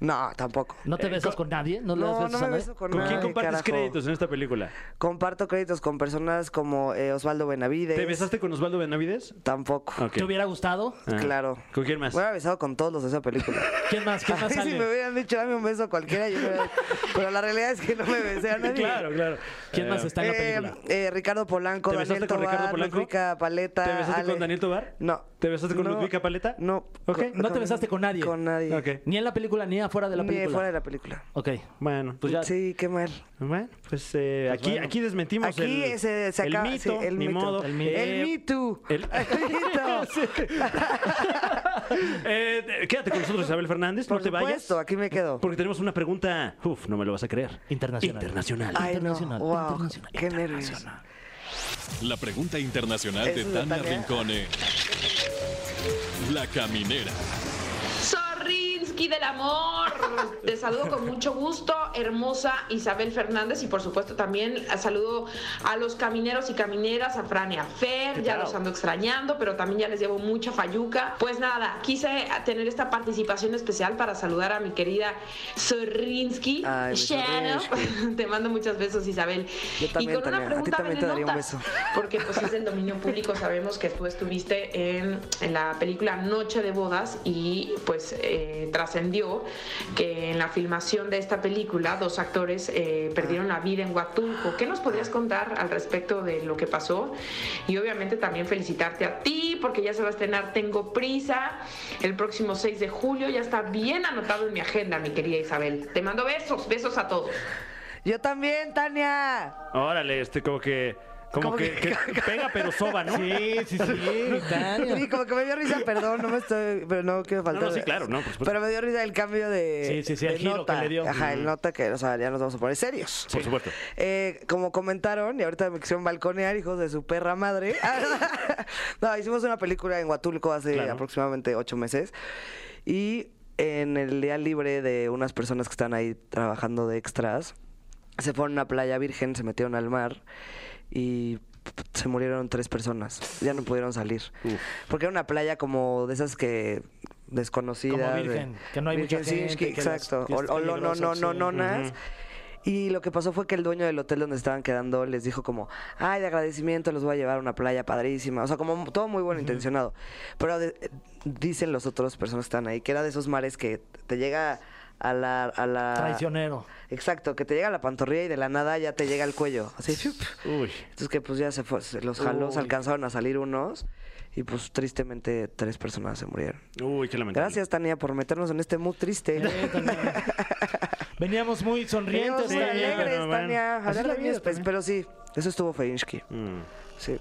S5: No, tampoco.
S7: ¿No te besas con nadie? ¿No, le das
S5: No,
S7: besos
S5: no
S7: a
S5: me
S7: nadie?
S5: beso con
S3: ¿Con
S5: nadie,
S3: quién compartes
S5: carajo.
S3: créditos en esta película?
S5: Comparto créditos con personas como eh, Osvaldo Benavides.
S3: ¿Te besaste con Osvaldo Benavides?
S5: Tampoco.
S3: Ok.
S7: ¿Te hubiera gustado?
S3: Ah.
S5: Claro.
S3: ¿Con quién más?
S5: Me hubiera besado con todos los de esa película.
S7: ¿Quién más?
S5: A
S7: ¿Quién más
S5: mí si
S7: sale?
S5: me hubieran dicho, dame un beso cualquiera, yo me hubiera- Pero la realidad es que no me besé a nadie.
S3: Claro, claro.
S7: ¿Quién más está en la
S5: Eh,
S7: película?
S5: eh, Ricardo Polanco,
S3: ¿Te
S5: Daniel
S3: besaste con Ricardo
S5: Tobar,
S3: Polanco?
S5: Ludwika Paleta.
S3: ¿Te besaste
S5: Ale.
S3: con Daniel Tobar?
S5: No.
S3: ¿Te besaste con
S5: No.
S3: Ludwika Paleta?
S5: No.
S3: Ok.
S5: Con-
S7: ¿No te besaste con nadie?
S5: Con nadie.
S3: Ok.
S7: Ni en la película, ni afuera de la
S5: Ni
S7: película.
S5: fuera de la película.
S7: Ok.
S3: Bueno, pues ya.
S5: Sí, qué mal.
S3: Bueno, pues eh, aquí,
S7: bueno.
S3: aquí desmentimos
S5: Aquí
S3: el,
S5: ese se
S3: el
S5: acaba. sí,
S3: mito,
S5: el
S3: ni
S5: mito.
S3: modo.
S5: El,
S3: Eh,
S5: Me Too.
S3: el-
S5: El mito.
S3: Eh, quédate con nosotros, Isabel Fernández.
S5: Por
S3: no te
S5: supuesto,
S3: vayas.
S5: aquí me quedo.
S3: Porque tenemos una pregunta, uf, no me lo vas a creer.
S7: Internacional.
S3: Internacional.
S5: Ay, no.
S7: Internacional,
S5: Wow.
S7: internacional,
S5: Qué nervios.
S1: La pregunta internacional de
S5: Eso es de
S1: Tania
S5: Tania.
S1: Rincone. La caminera.
S8: Sorrinsky del amor. Te saludo con mucho gusto, hermosa Isabel Fernández y por supuesto también saludo a los camineros y camineras, a Fran y a Fer, ya los ando extrañando, pero también ya les llevo mucha fayuca. Pues nada, quise tener esta participación especial para saludar a mi querida Sorrinsky.
S5: Ay, mi
S8: Shadow.
S5: Sorrinsky.
S8: Te mando muchos besos, Isabel.
S5: Yo también,
S8: y con una
S5: Tania. A ti
S8: pregunta
S5: también te daría un
S8: venenota,
S5: beso.
S8: porque pues es del dominio público, sabemos que tú estuviste en, en la película Noche de Bodas y pues eh, trascendió que en la filmación de esta película dos actores eh, perdieron la vida en Huatulco. ¿Qué nos podrías contar al respecto de lo que pasó? Y obviamente también felicitarte a ti porque ya se va a estrenar Tengo Prisa el próximo 6 de julio, ya está bien anotado en mi agenda, mi querida Isabel. Te mando besos, besos a todos.
S5: Yo también, Tania.
S3: Órale, este, como que. Como
S5: Como
S3: que, que pega pero soba, ¿no? Sí, sí, sí.
S5: Sí, como que me dio risa, perdón, no me estoy, pero no quiero faltar.
S3: No, no, sí, claro, no, por supuesto.
S5: Pero me dio risa el cambio de.
S7: Sí, sí, sí, el
S5: de
S7: giro
S5: nota.
S7: que le dio.
S5: Ajá, el nota que, o sea, ya nos vamos a poner serios.
S3: Por supuesto.
S5: Eh, como comentaron, y ahorita me quisieron balconear, hijos de su perra madre. no, hicimos una película en Huatulco hace
S3: Claro.
S5: aproximadamente ocho meses. Y en el día libre de unas personas que están ahí trabajando de extras, se fueron a una playa virgen, se metieron al mar y se murieron tres personas. Ya no pudieron salir. Porque era una playa como de esas que desconocidas.
S7: Como virgen,
S5: de-
S7: que no hay mucha
S5: Virgen, sí,
S7: gente,
S5: que-
S7: que las-
S5: exacto.
S7: que
S5: o
S7: es
S5: o lo- no, no,
S7: peligroso,
S5: no,
S7: sí.
S5: no, nas. Y lo que pasó fue que el dueño del hotel donde estaban quedando les dijo como, ay, de agradecimiento los voy a llevar a una playa padrísima. O sea, como todo muy bueno intencionado. Pero de- eh, dicen los otros personas que están ahí que era de esos mares que te llega a la... A la
S7: Traicionero.
S5: Exacto, que te llega a la pantorrilla y de la nada ya te llega al cuello. Así.
S3: Uy.
S5: Entonces que pues ya se fue, se los jalos alcanzaron a salir unos y pues tristemente tres personas se murieron.
S3: Uy, qué lamentable.
S5: Gracias Tania por meternos en este mood triste.
S7: Eh, Tania. Veníamos muy
S5: Veníamos
S7: sonrientes.
S5: muy
S7: Tania,
S5: alegres,
S7: pero bueno.
S5: Tania.
S7: Así es
S5: Hablar
S7: la
S5: de mí
S7: vida
S5: es pes-
S7: también.
S5: pero sí, eso estuvo Feinski.
S3: Mm.
S5: Sí.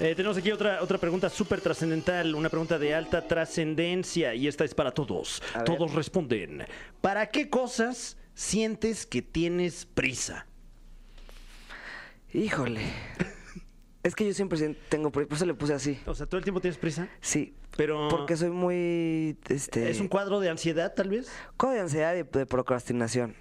S3: Eh, tenemos aquí otra, otra pregunta súper trascendental, una pregunta de alta trascendencia y esta es para todos.
S5: A ver.
S3: Todos responden. ¿Para qué cosas sientes que tienes prisa?
S5: Híjole. Es que yo siempre sien- tengo, pri- por eso le puse así.
S3: O sea, todo el tiempo tienes prisa,
S5: Sí.
S3: pero
S5: Porque soy muy este
S3: Ah. es un cuadro de ansiedad tal vez.
S5: codo de ansiedad y de procrastinación.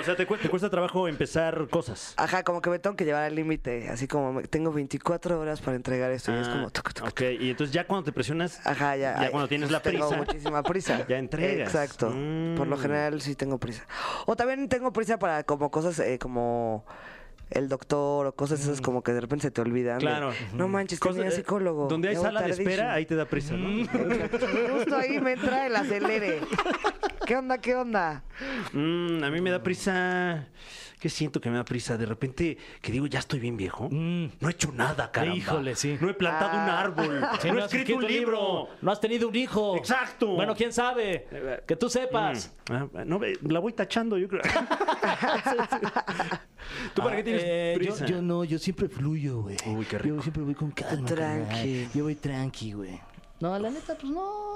S3: O sea, te, cu- te cuesta trabajo empezar cosas.
S5: Ajá, como que me tengo que llevar al límite, así como me- tengo 24 horas para entregar esto y es
S3: Ah,
S5: como tuc, tuc,
S3: ok, y entonces ya cuando te presionas,
S5: Ajá, ya.
S3: ya
S5: ay, pues
S3: cuando tienes la prisa,
S5: Tengo muchísima prisa.
S3: ya entregas.
S5: Exacto.
S3: Mm.
S5: Por lo general sí tengo prisa. O también tengo prisa para como cosas eh, como el doctor o cosas esas como que de repente se te olvidan. de,
S3: Mm. Claro.
S5: No manches, tenía
S3: Cosa- eh,
S5: psicólogo.
S3: Donde hay
S5: llego
S3: sala de
S5: tardísimo". Mm.
S3: espera, ahí te da prisa, ¿no?
S5: Justo ahí me entra el acelere. ¿Qué onda? ¿Qué onda?
S3: Mm, a mí me da prisa. ¿Qué siento que me da prisa? De repente que digo, ya estoy bien viejo. No he hecho nada, caramba.
S4: Mm. Híjole, sí.
S3: No he plantado un
S5: Ah.
S3: árbol.
S4: Sí,
S3: no, he
S4: has
S3: escrito un libro.
S4: No has tenido un hijo.
S3: Exacto.
S4: Bueno, quién sabe. Que tú sepas.
S3: Ah, no, eh, la voy tachando, yo creo. ¿Tú para qué tienes
S4: Eh, yo-
S3: prisa?
S4: Yo, no, yo siempre fluyo, güey.
S3: Uy, qué rico.
S4: Yo siempre voy con calma.
S5: Tranqui.
S4: carnal. Yo voy tranqui, güey. No, la neta, pues no.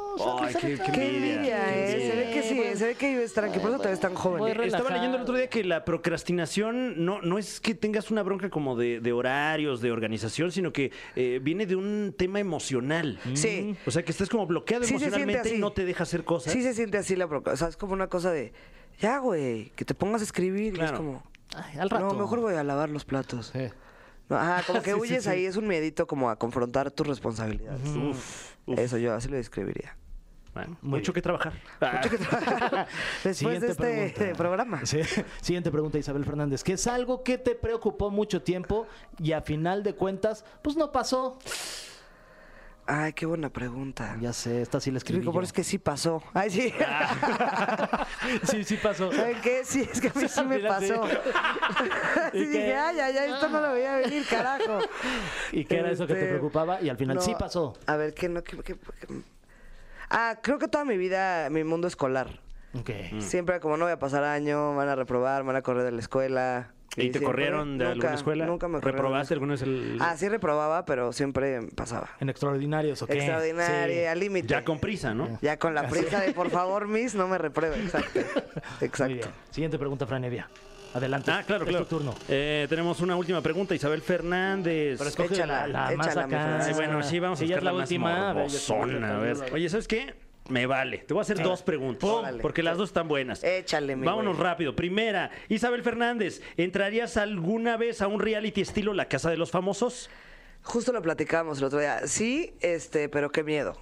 S3: Ay, qué, qué
S5: Qué envidia,
S3: qué
S5: ¿eh? Se ve que sí, se ve que vives tranqui, por eso te ves tan joven.
S4: Voy
S3: Estaba
S4: relajado.
S3: leyendo el otro día que la procrastinación no, no es que tengas una bronca como de, de horarios, de organización, sino que eh, viene de un tema emocional.
S5: Sí.
S3: O sea, que estás como bloqueado
S5: Sí se siente
S3: emocionalmente y
S5: así.
S3: no te deja hacer cosas.
S5: Sí se siente así la broca. O sea, es como una cosa de, ya, güey, que te pongas a escribir. Y
S3: Claro.
S5: es como,
S4: Ay, al rato.
S5: no, mejor voy a lavar los platos. No, ajá, como que
S4: Sí, sí,
S5: huyes
S4: sí.
S5: ahí, es un miedito como a confrontar tus responsabilidades. Uf, Eso yo así lo describiría.
S3: Bueno, mucho que trabajar.
S5: Después
S4: Siguiente
S5: de este
S4: pregunta.
S5: programa.
S4: Sí. Siguiente pregunta, Isabel Fernández. ¿Qué es algo que te preocupó mucho tiempo y a final de cuentas, pues no pasó?
S5: Ay, qué buena pregunta.
S4: Ya sé, esta sí la
S5: Sí,
S4: escribí.
S5: Lo
S4: yo.
S5: peor es que sí pasó. Ay, sí.
S4: Ah. Sí, sí pasó.
S5: ¿Saben qué? Sí, es que a mí sí me
S4: Mira, sí.
S5: pasó.
S4: ¿Y
S5: Sí,
S4: qué?
S5: dije, ay, ay, ay, esto no lo veía venir, carajo.
S4: ¿Y qué era eso que te
S5: Este,
S4: preocupaba? Y al final
S5: no,
S4: sí pasó.
S5: A ver, ¿qué no? ¿Qué- qué- qué? Ah, creo que toda mi vida, mi mundo escolar.
S4: Ok.
S5: Siempre era como no voy a pasar año, van a reprobar, van a correr de la escuela.
S3: ¿Y te
S5: siempre-
S3: corrieron de alguna
S5: Nunca,
S3: escuela?
S5: Nunca me corrieron.
S3: ¿Reprobaste alguna vez el...?
S5: Ah, sí reprobaba, pero siempre pasaba.
S4: En extraordinarios, ok.
S5: Extraordinaria, al límite.
S3: Ya con prisa, ¿no?
S5: Ya con la prisa de por favor, Miss, no me repruebe.
S4: Sí.
S5: Exacto.
S4: Muy
S5: Exacto.
S4: bien. Siguiente pregunta, Fran Evia. Adelante.
S3: Ah, claro,
S4: Es
S3: claro.
S4: tu turno.
S3: Eh, tenemos una última pregunta, Isabel Fernández.
S4: Pero escoge
S5: Échala,
S4: la, la más
S5: échala, mi
S4: acá.
S5: Fran.
S3: Ay, bueno, sí, vamos a
S4: Sí, ya
S3: buscar
S4: es la
S3: más
S4: última. A ver, ya está.
S3: morbosona, a ver. Oye, ¿sabes qué? Me vale. Te voy a hacer dos preguntas.
S5: Órale.
S3: Porque las dos están buenas.
S5: Oh, Échale, mi
S3: Vámonos
S5: güey.
S3: rápido. Primera, Isabel Fernández, ¿entrarías alguna vez a un reality estilo La Casa de los Famosos?
S5: Justo lo platicamos el otro día. Sí, este, pero qué miedo.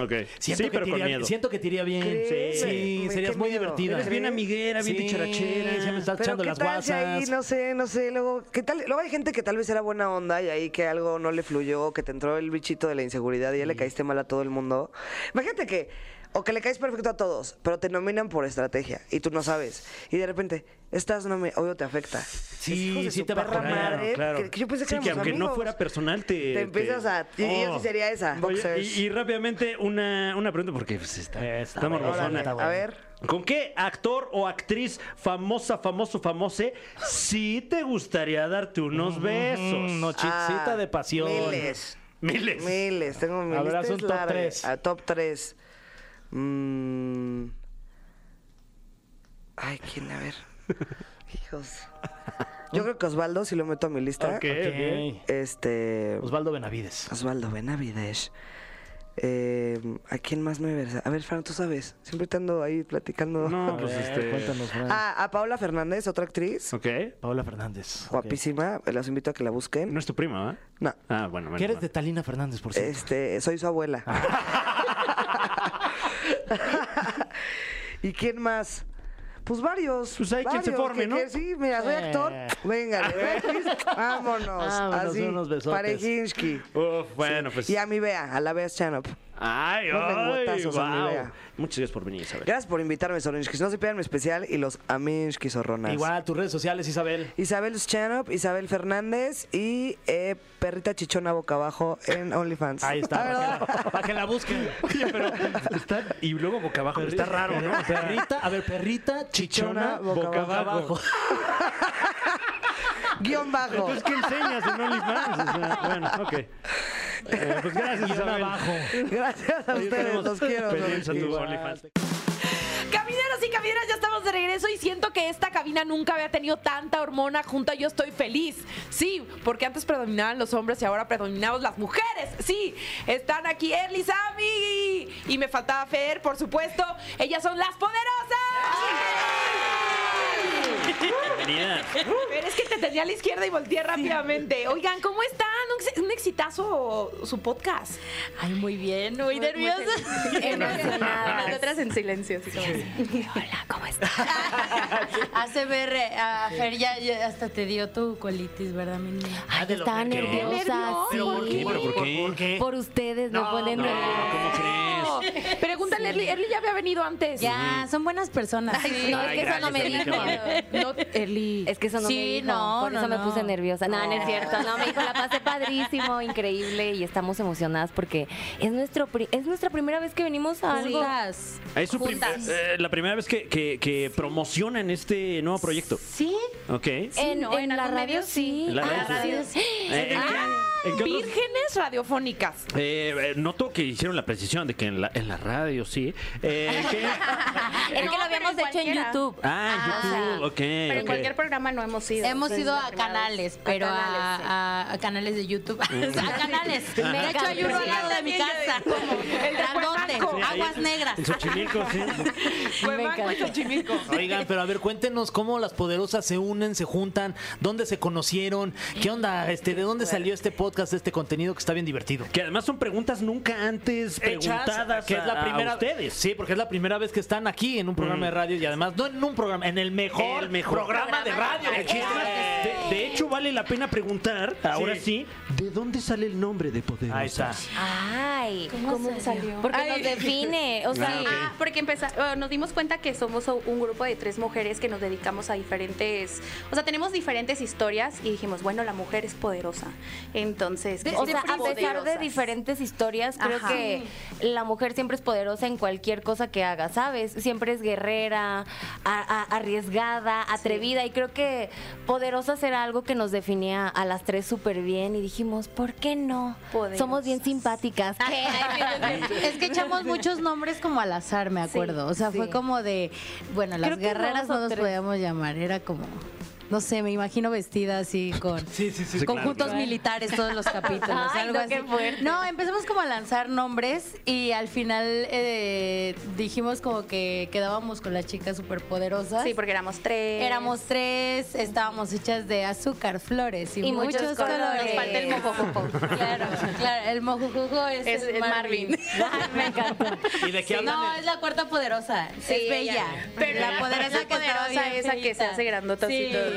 S3: Ok.
S4: Siento,
S3: sí,
S4: que
S3: pero
S4: te
S3: con
S4: iría,
S3: miedo.
S4: siento que te iría bien.
S5: ¿Crees?
S4: Sí,
S5: Güey,
S4: serías
S5: qué
S4: muy
S5: miedo.
S4: divertida.
S3: Eres bien amiguera, bien dicharachera.
S4: Siempre estás
S5: Pero
S4: echando
S5: qué
S4: las
S5: tal si ahí,
S4: guasas.
S5: no sé, no sé, luego, ¿qué tal? Luego hay gente que tal vez era buena onda y ahí que algo no le fluyó, que te entró el bichito de la inseguridad y ya le caíste mal a todo el mundo. Imagínate que, o que le caes perfecto a todos, pero te nominan por estrategia y tú no sabes. Y de repente, estás no me, obvio te afecta.
S4: Sí,
S5: Hijos de
S4: sí
S5: su
S4: te va a
S5: perra
S4: joder.
S5: madre,
S3: Claro.
S5: que- que yo pensé que
S3: Sí, que
S5: éramos
S3: aunque no
S5: amigos.
S3: fuera personal, te. Oh.
S5: Te empiezas a- y- y yo sí sería esa,
S3: Oye,
S5: boxers.
S3: y, y rápidamente, una, una pregunta, porque pues, está,
S4: Está
S3: está
S4: bueno,
S3: morbosona.
S5: Órale,
S4: Está
S5: a
S4: bueno.
S5: ver.
S3: ¿Con qué actor o actriz famosa, famoso, famose, sí te gustaría darte unos besos?
S4: Mm, Nochecita
S5: Ah,
S4: de pasión.
S5: Miles.
S3: Miles.
S5: Miles, tengo mi
S4: A ver,
S5: lista
S4: haz un
S5: es
S4: top
S5: larga.
S4: tres.
S5: Ah, top 3. Ay, ¿quién? A ver. Hijos. Yo creo que Osvaldo, si lo meto a mi lista.
S4: Ok.
S5: Este.
S4: Osvaldo Benavides.
S5: Osvaldo Benavides. Eh, ¿A quién más me verás? A ver, Fran, tú sabes. Siempre te ando ahí platicando.
S3: No, pues
S4: A ver,
S3: este.
S4: Cuéntanos, Fran.
S5: Ah, a Paula Fernández, otra actriz.
S3: Ok.
S4: Paola Fernández.
S5: Guapísima. Los invito a que la busquen.
S3: No es tu prima, ¿verdad?
S5: No.
S3: Ah, bueno, bueno.
S4: ¿Qué eres
S3: bueno.
S4: de Talina Fernández, por
S3: Pues,
S4: cierto?
S5: Este, soy su abuela. ¿Y quién más? Pues varios.
S3: Pues hay quien se
S5: varios,
S3: forme,
S5: que-
S3: ¿no?
S5: que sí, mira, soy actor.
S4: Eh.
S5: Venga, vámonos.
S4: Vámonos,
S5: así,
S4: unos besotes.
S5: Parejinsky.
S3: Uf, bueno, pues.
S5: Y a mi Bea, a la Bea Chanop.
S3: Ay,
S5: No tengo
S3: ay,
S5: botazos,
S3: guau.
S5: amiga.
S3: Muchas gracias por venir, Isabel.
S5: Gracias por invitarme, Sorinskis. No se pierdan mi especial y los Aminskis Zorronas.
S4: Igual, tus redes sociales, Isabel.
S5: Isabel Chanop, Isabel Fernández y eh, Perrita Chichona Boca Abajo en OnlyFans.
S4: Ahí está,
S5: Ah, ¿verdad?
S4: para que, la, para que la busquen.
S3: Oye, pero está- y luego boca abajo, está raro, ¿no? O sea,
S4: ¿eh? Perrita, a ver, perrita, chichona,
S5: Chichona, boca
S4: boca abajo.
S5: abajo. Guión bajo.
S3: Entonces, Pues, ¿qué enseñas en OnlyFans? O sea, bueno, ok. Eh, pues gracias, Isabel.
S4: abajo.
S5: Gracias a
S3: Ahí
S5: ustedes,
S3: estaremos
S5: los quiero.
S3: pendientes a tu
S5: Sorinskis.
S3: OnlyFans.
S2: Camineros y camineras, ya estamos de regreso y siento que esta cabina nunca había tenido tanta hormona junta. Yo estoy feliz. Sí, porque antes predominaban los hombres y ahora predominamos las mujeres. Sí, están aquí Erly, Sammy y me faltaba Fer, por supuesto. Ellas son las poderosas.
S3: Bienvenidas.
S2: Pero es que te tenía a la izquierda y volteé rápidamente. Oigan, ¿cómo están? Un ex- Un exitazo su podcast.
S9: Ay, muy bien, muy nerviosa.
S6: Emocionadas.
S9: Nosotras en silencio, así como. Hola, ¿cómo estás? ACBR, a Fer ya, ya hasta te dio tu colitis, ¿verdad, mi niña?
S4: Ah, de lo
S6: Estaba
S4: nervioso.
S6: nerviosa.
S2: ¿Nervioso?
S6: sí.
S4: ¿Pero por qué? ¿Pero por qué? ¿Por qué?
S6: Por ustedes me
S4: No,
S6: ponen
S4: no,
S6: nerviosa.
S4: ¿cómo
S2: No.
S4: crees?
S2: Pregúntale, a Erly, Erly ya había venido antes.
S9: Ya, son buenas personas.
S6: No, es
S4: Ay,
S6: que eso no me
S4: gracias,
S6: dijo.
S2: No, Erly.
S6: Es que eso no
S9: Sí,
S6: me dijo.
S9: no,
S6: por eso
S9: no,
S6: me
S9: no.
S6: puse nerviosa. No, no es cierto. No, me dijo, la pasé padrísimo, increíble y estamos emocionadas porque es nuestro pri- es nuestra primera vez que venimos a algo.
S9: Juntas.
S3: Es su prim-
S9: Juntas.
S3: eh, la primera vez que, que- que promocionan este nuevo proyecto.
S6: Sí,
S3: Ok.
S6: en,
S9: ¿no?
S6: en
S9: En
S6: la
S9: algún
S6: radio
S9: medio
S6: sí.
S9: sí.
S3: En la
S6: Eh, Ah,
S3: radio
S6: sí. Ah,
S3: Eh, ¿en qué- en qué otros-
S2: Vírgenes radiofónicas.
S3: Eh, eh, noto que hicieron la precisión de que en la, en la radio sí. Eh, ¿qué?
S6: Es que
S9: No,
S6: lo
S9: pero
S6: habíamos
S9: en
S6: hecho en
S9: cualquiera.
S6: YouTube.
S3: Ah, en YouTube, ok.
S6: pero en
S3: ok.
S6: cualquier
S9: programa no hemos ido. Hemos
S6: Es
S9: ido
S6: la
S9: a
S6: primera vez.
S9: pues, canales,
S6: A
S9: pero a,
S6: canales, sí.
S9: a- a canales de YouTube. a canales. De
S6: Me
S9: hecho, hay uno al
S6: encanta.
S9: lado de mi casa.
S2: El de
S9: Grandote.
S2: Cuernalco.
S9: Aguas negras.
S3: En Xochimilco, sí.
S2: Cuemanco y Xochimilco.
S4: Oigan, pero a ver, cuéntenos cómo las poderosas se unen, se juntan, dónde se conocieron, qué onda, este, de dónde salió este podcast, este contenido que está bien divertido.
S3: Que además son preguntas nunca antes
S4: Hechas,
S3: preguntadas
S4: que es la primera,
S3: a ustedes. Mm.
S4: Sí, porque es la primera vez que están aquí en un programa de radio y además no en un programa, en el mejor,
S3: El mejor.
S4: programa de radio.
S3: El chiste es- de, de hecho, vale la pena preguntar, ahora sí, ¿de dónde sale el nombre de Poder?
S4: Ahí está.
S6: Ay, ¿cómo salió? Porque
S9: Ay.
S6: nos define. O sea,
S9: Ah, porque empeza- bueno, nos dimos cuenta que somos un grupo de tres mujeres que nos dedicamos a diferentes, o sea, tenemos diferentes historias y dijimos, bueno, la mujer es poderosa. Entonces,
S6: o
S3: este
S6: sea, a pesar de diferentes historias, creo
S9: Ajá.
S6: que la mujer siempre es poderosa en cualquier cosa que haga, ¿sabes? Siempre es guerrera, a- a- arriesgada, atrevida y creo que poderosa será algo que nos definía a las tres súper bien y dijimos, ¿por qué no?
S9: Poderosas.
S6: Somos bien simpáticas. ¿qué?
S9: es que echamos muchos nombres como al azar, me acuerdo. o sea,
S6: sí.
S9: fue como de, bueno, las
S6: Creo que
S9: guerreras
S6: dos o
S9: no nos
S6: tres.
S9: podíamos llamar, era como no sé, me imagino vestida así con conjuntos militares todos los capítulos,
S6: Ay,
S9: algo
S6: no,
S9: así.
S6: qué fuerte.
S9: No, empezamos como a lanzar nombres y al final eh, dijimos como que quedábamos con las chicas superpoderosas.
S6: Sí, porque
S9: éramos tres. Éramos tres, estábamos hechas de azúcar, flores y,
S6: Y muchos colores. Nos falta el mojojojo.
S9: claro, claro, el mojojojo es,
S6: Es-
S9: el
S6: es
S9: Marvin.
S6: Marvin.
S9: Me encantó.
S4: ¿Y de qué hablan?
S9: No, es la cuarta poderosa. es bella. Pero la, poderosa, que estaba bien
S6: esa que se
S9: feíta.
S6: hace grandota así
S9: Sí.
S6: todo.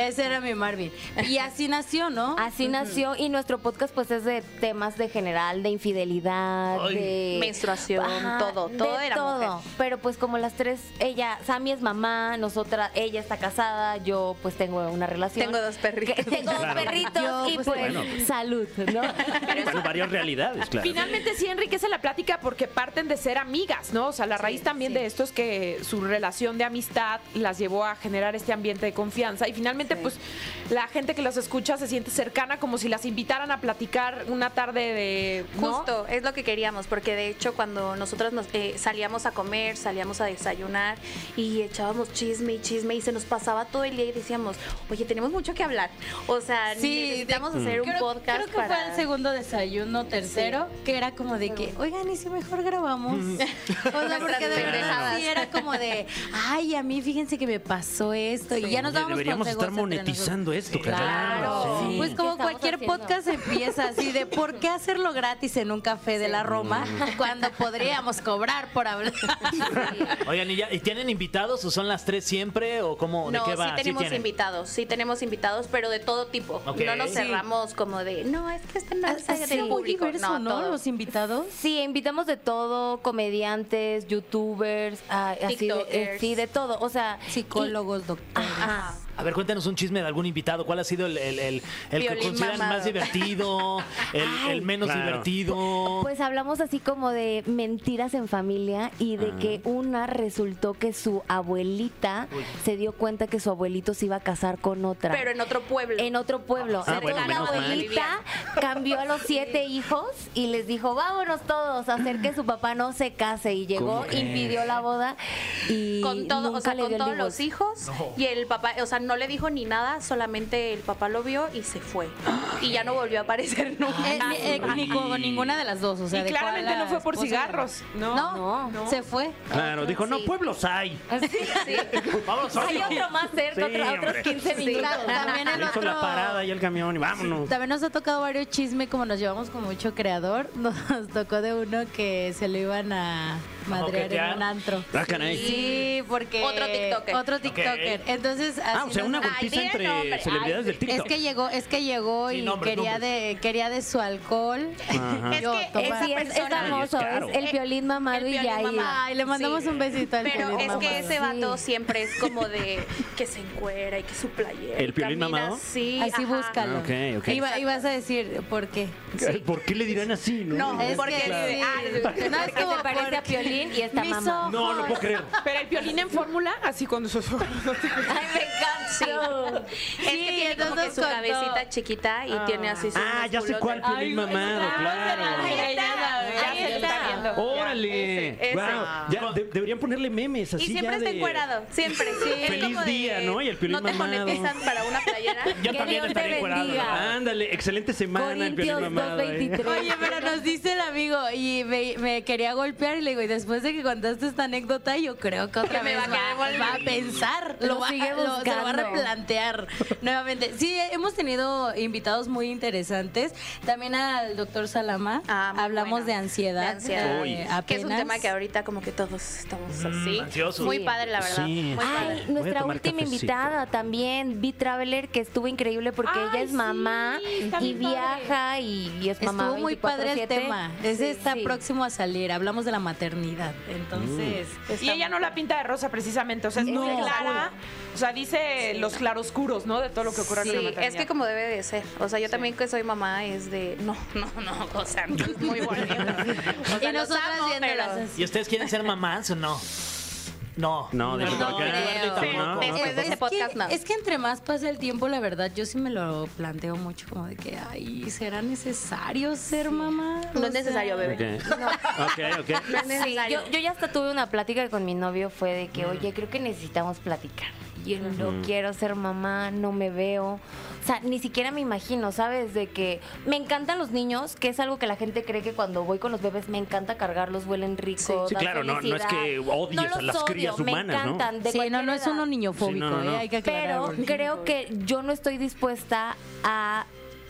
S9: Ese era mi Marvin. Y así nació, ¿no?
S6: Así nació y nuestro podcast pues es de temas de general, de infidelidad,
S4: Ay.
S6: de
S9: Menstruación, todo,
S6: de
S9: todo era mujer.
S6: Pero pues como las tres, ella, Sami es mamá, nosotras, ella está casada, yo pues tengo una relación.
S9: Tengo dos perritos.
S6: Que- Tengo dos perritos
S9: Yo,
S6: y
S9: pues,
S6: pues
S9: bueno,
S6: salud, ¿no?
S3: Bueno, varias realidades, claro.
S2: Finalmente sí enriquece la plática porque parten de ser amigas, ¿no? O sea, la raíz también
S9: sí.
S2: de esto es que su relación de amistad las llevó a generar este ambiente de confianza y finalmente pues la gente que los escucha se siente cercana como si las invitaran a platicar una tarde de... ¿no?
S8: Justo, es lo que queríamos, porque de hecho cuando nosotras nos, eh, salíamos a comer, salíamos a desayunar y echábamos chisme y chisme y se nos pasaba todo el día y decíamos, oye, tenemos mucho que hablar. O sea, necesitamos
S9: de-
S8: hacer un
S9: creo-
S8: podcast
S9: Creo que
S8: para...
S9: fue el segundo desayuno, tercero, que era como de que, oigan, ¿y si mejor grabamos? o sea, porque de verdad
S8: pendejadas.
S9: sí era como de, ay, a mí fíjense que me pasó esto. Y ya nos dábamos
S3: Deberíamos
S9: consejos
S3: estar
S9: entre nosotros.
S3: monetizando esto,
S9: Claro.
S3: carajo. Sí.
S9: Pues como
S6: ¿Qué estamos
S9: cualquier
S6: haciendo?
S9: podcast empieza así de por qué hacerlo gratis en un café de la Roma cuando podríamos cobrar por hablar.
S4: Oigan, ¿y, ya- y tienen invitados o son las tres siempre o cómo,
S8: No,
S4: de qué va?
S8: sí tenemos
S4: tienen.
S8: invitados, sí tenemos invitados, pero de todo tipo.
S4: Ok.
S8: No nos
S4: Sí.
S8: cerramos como de, no, es que este no es
S9: Ha sido
S8: del
S9: muy
S8: público.
S9: diverso, ¿no?
S8: todo.
S9: Los invitados.
S6: Sí, invitamos de todo, comediantes, youtubers, ah, así de, eh,
S8: Tiktokers.
S6: sí, de todo, o sea, y-
S9: Psicólogos, doctores.
S6: Ajá.
S4: A ver, cuéntanos un chisme de algún invitado. ¿Cuál ha sido el, el- el- el que
S8: Violín
S4: consideran
S8: mamado.
S4: más divertido, el, el
S6: Ay.
S4: menos
S3: Claro.
S4: divertido?
S6: Pues hablamos así como de mentiras en familia y de que una resultó que su abuelita se dio cuenta que su abuelito se iba a casar con otra.
S8: Pero en otro pueblo.
S6: en otro pueblo.
S8: Ah,
S6: Entonces
S8: bueno,
S6: la
S8: menos mal.
S6: abuelita cambió a los siete hijos y les dijo, vámonos todos a hacer que su papá no se case. Y llegó, impidió la boda y
S8: con todo,
S6: nunca
S8: o sea,
S6: le
S8: con
S6: dio el
S8: todos los
S6: divorcio.
S8: hijos y el papá, o sea,
S10: sea, no le dijo ni nada, solamente el papá lo vio y se fue. Y ya no volvió a aparecer nunca.
S6: Eh, ni- eh, ni con ninguna de las dos, o sea,
S2: y
S6: de cuál
S2: claramente
S6: la
S2: no fue por
S6: esposa de-
S2: cigarros. No,
S6: No, se fue. Ah,
S3: Claro, dijo, no, pueblos hay. Vamos,
S6: Hay
S3: oye.
S6: otro más cerca,
S3: Sí,
S6: otro- a
S3: hombre.
S6: otros 15
S3: Sí.
S6: minutos. También
S3: Le
S6: el
S3: hizo
S6: otro...
S3: la parada y el camión y vámonos.
S6: También nos ha tocado varios chismes, como nos llevamos con mucho creador, nos tocó de uno que se lo iban a madrear
S3: moquetear?
S6: en un antro.
S3: Ah, caray.
S6: Sí, porque...
S10: Otro tiktoker.
S6: Otro tiktoker.
S3: Ok.
S6: Entonces,
S3: Ah, o sea, una
S6: nos-
S3: golpiza
S6: Ay,
S3: entre
S6: tiene nombre.
S3: celebridades del TikTok.
S6: Es que llegó, es que llegó
S3: Sí,
S6: y
S3: nombres,
S6: quería de quería de su alcohol.
S3: Ajá.
S6: Yo,
S10: Es que
S6: toma.
S10: esa
S6: Sí, es- es
S10: persona-
S6: famoso,
S10: Ay, es
S6: es
S10: caro.
S6: el violín mamado y ya
S10: Mamado.
S6: Ay, le mandamos
S10: Sí.
S6: un besito al
S10: Pero
S6: violín
S10: es
S6: mamado.
S10: que ese
S6: Sí.
S10: vato siempre es como de que se encuera y que su playera.
S3: ¿El
S10: y
S3: Piolín
S10: camina
S3: mamado?
S10: así,
S6: Así
S10: ajá.
S6: búscalo.
S3: Ah, ok, ok.
S6: Iba- ibas a decir por qué.
S3: ¿Por qué le dirán así? No,
S6: Es
S10: porque
S6: que
S10: vive-
S6: sí.
S10: ah, es-
S6: No, es
S9: porque
S6: como
S9: se parece a
S6: porque-
S9: Piolín y está
S6: Mis
S9: mamá.
S6: ojos.
S3: no lo puedo creer.
S2: Pero el violín en fórmula, así cuando sus ojos.
S9: Ay, me encanta.
S10: Es que tiene como que
S6: entonces
S10: su
S6: contó.
S10: cabecita chiquita y tiene así sus
S3: Ah, ya sé
S10: musculotes.
S3: cuál, Piolín mamado, claro.
S2: Ahí está, ya se está viendo.
S3: Órale.
S10: ese, ese.
S3: Guau, ya de- deberían ponerle memes así
S10: Y siempre
S3: ya
S10: está
S3: de-
S10: encuerado, siempre. Sí. Es
S3: Feliz
S10: como de,
S3: día, ¿no? Y el Piolín
S10: No te
S3: mamado.
S10: monetizan para una playera.
S3: Yo
S9: Que
S3: también
S9: Dios
S3: estaré
S9: te
S3: encuerado.
S9: bendiga.
S3: Ándale, excelente semana el Piolín
S9: Corintios
S3: mamado. ¿eh?
S9: 2:23.
S6: Oye, pero nos dice el amigo y me, me quería golpear y le digo, y después de que contaste esta anécdota, yo creo que otra
S10: Que me
S6: vez
S10: va a querer volver.
S6: va a pensar, lo,
S9: Lo
S6: va,
S9: sigue
S6: lo- se lo va a
S9: buscando.
S6: replantear nuevamente. Sí, hemos tenido invitados muy interesantes. También al doctor Salama,
S10: Ah, muy
S6: hablamos
S10: bueno.
S6: de ansiedad.
S10: De ansiedad.
S6: eh,
S10: Que es un
S6: apenas.
S10: tema que ahorita como que todos estamos así.
S3: ansiosos.
S10: Muy
S9: Sí.
S10: padre, la verdad. Muy
S3: Sí.
S9: Ay,
S10: padre.
S3: Voy a
S9: nuestra
S3: tomar
S9: última
S3: cafecito.
S9: invitada también, Vi Traveler, que estuvo increíble porque
S2: Ay,
S9: ella es
S2: sí,
S9: mamá
S2: está
S9: y
S2: bien padre.
S9: viaja y, y es mamá.
S6: Estuvo muy padre el
S9: 24/7.
S6: tema. Ese
S9: Sí,
S6: está
S9: sí.
S6: próximo a salir. Hablamos de la maternidad. Entonces,
S3: Mm.
S2: Y ella no la pinta de rosa precisamente, o sea, es
S9: No.
S2: muy clara. O sea, dice los claroscuros, ¿no? De todo lo que ocurre con la
S10: Sí, es
S2: maternidad.
S10: que como debe de ser. O sea, yo también que soy mamá es de no, no, no, o sea, no es muy bonito. O sea,
S6: Y
S10: los
S6: nosotras
S10: amo, pero
S6: viéndolas así.
S4: ¿Y ustedes quieren ser mamás o no? No.
S3: No, de
S4: no, creo.
S3: no,
S10: Después de ese podcast,
S6: que,
S10: no.
S6: es que entre más pasa el tiempo, la verdad, yo sí me lo planteo mucho, como de que, ay, ¿será necesario ser mamá?
S10: No
S6: O
S10: es necesario,
S6: sea,
S10: bebé.
S3: Ok, ok.
S10: No es
S9: Sí,
S10: necesario.
S9: yo, yo ya hasta tuve una plática con mi novio, fue de que, oye, creo que necesitamos platicar. Yo no quiero ser mamá, no me veo. O sea, ni siquiera me imagino, ¿sabes? De que me encantan los niños, que es algo que la gente cree que cuando voy con los bebés me encanta cargarlos, huelen ricos.
S3: Sí,
S9: dan
S3: claro, no- no es
S9: felicidad.
S3: que odies
S9: No los
S3: a las crías humanas, ¿no?
S9: Me encantan, de
S6: Sí, no,
S9: cualquier
S6: no es
S9: edad.
S6: uno niñofóbico,
S3: Sí, no, no, no.
S6: eh, hay que aclarar.
S9: Pero
S6: porque-
S9: creo que yo no estoy dispuesta a,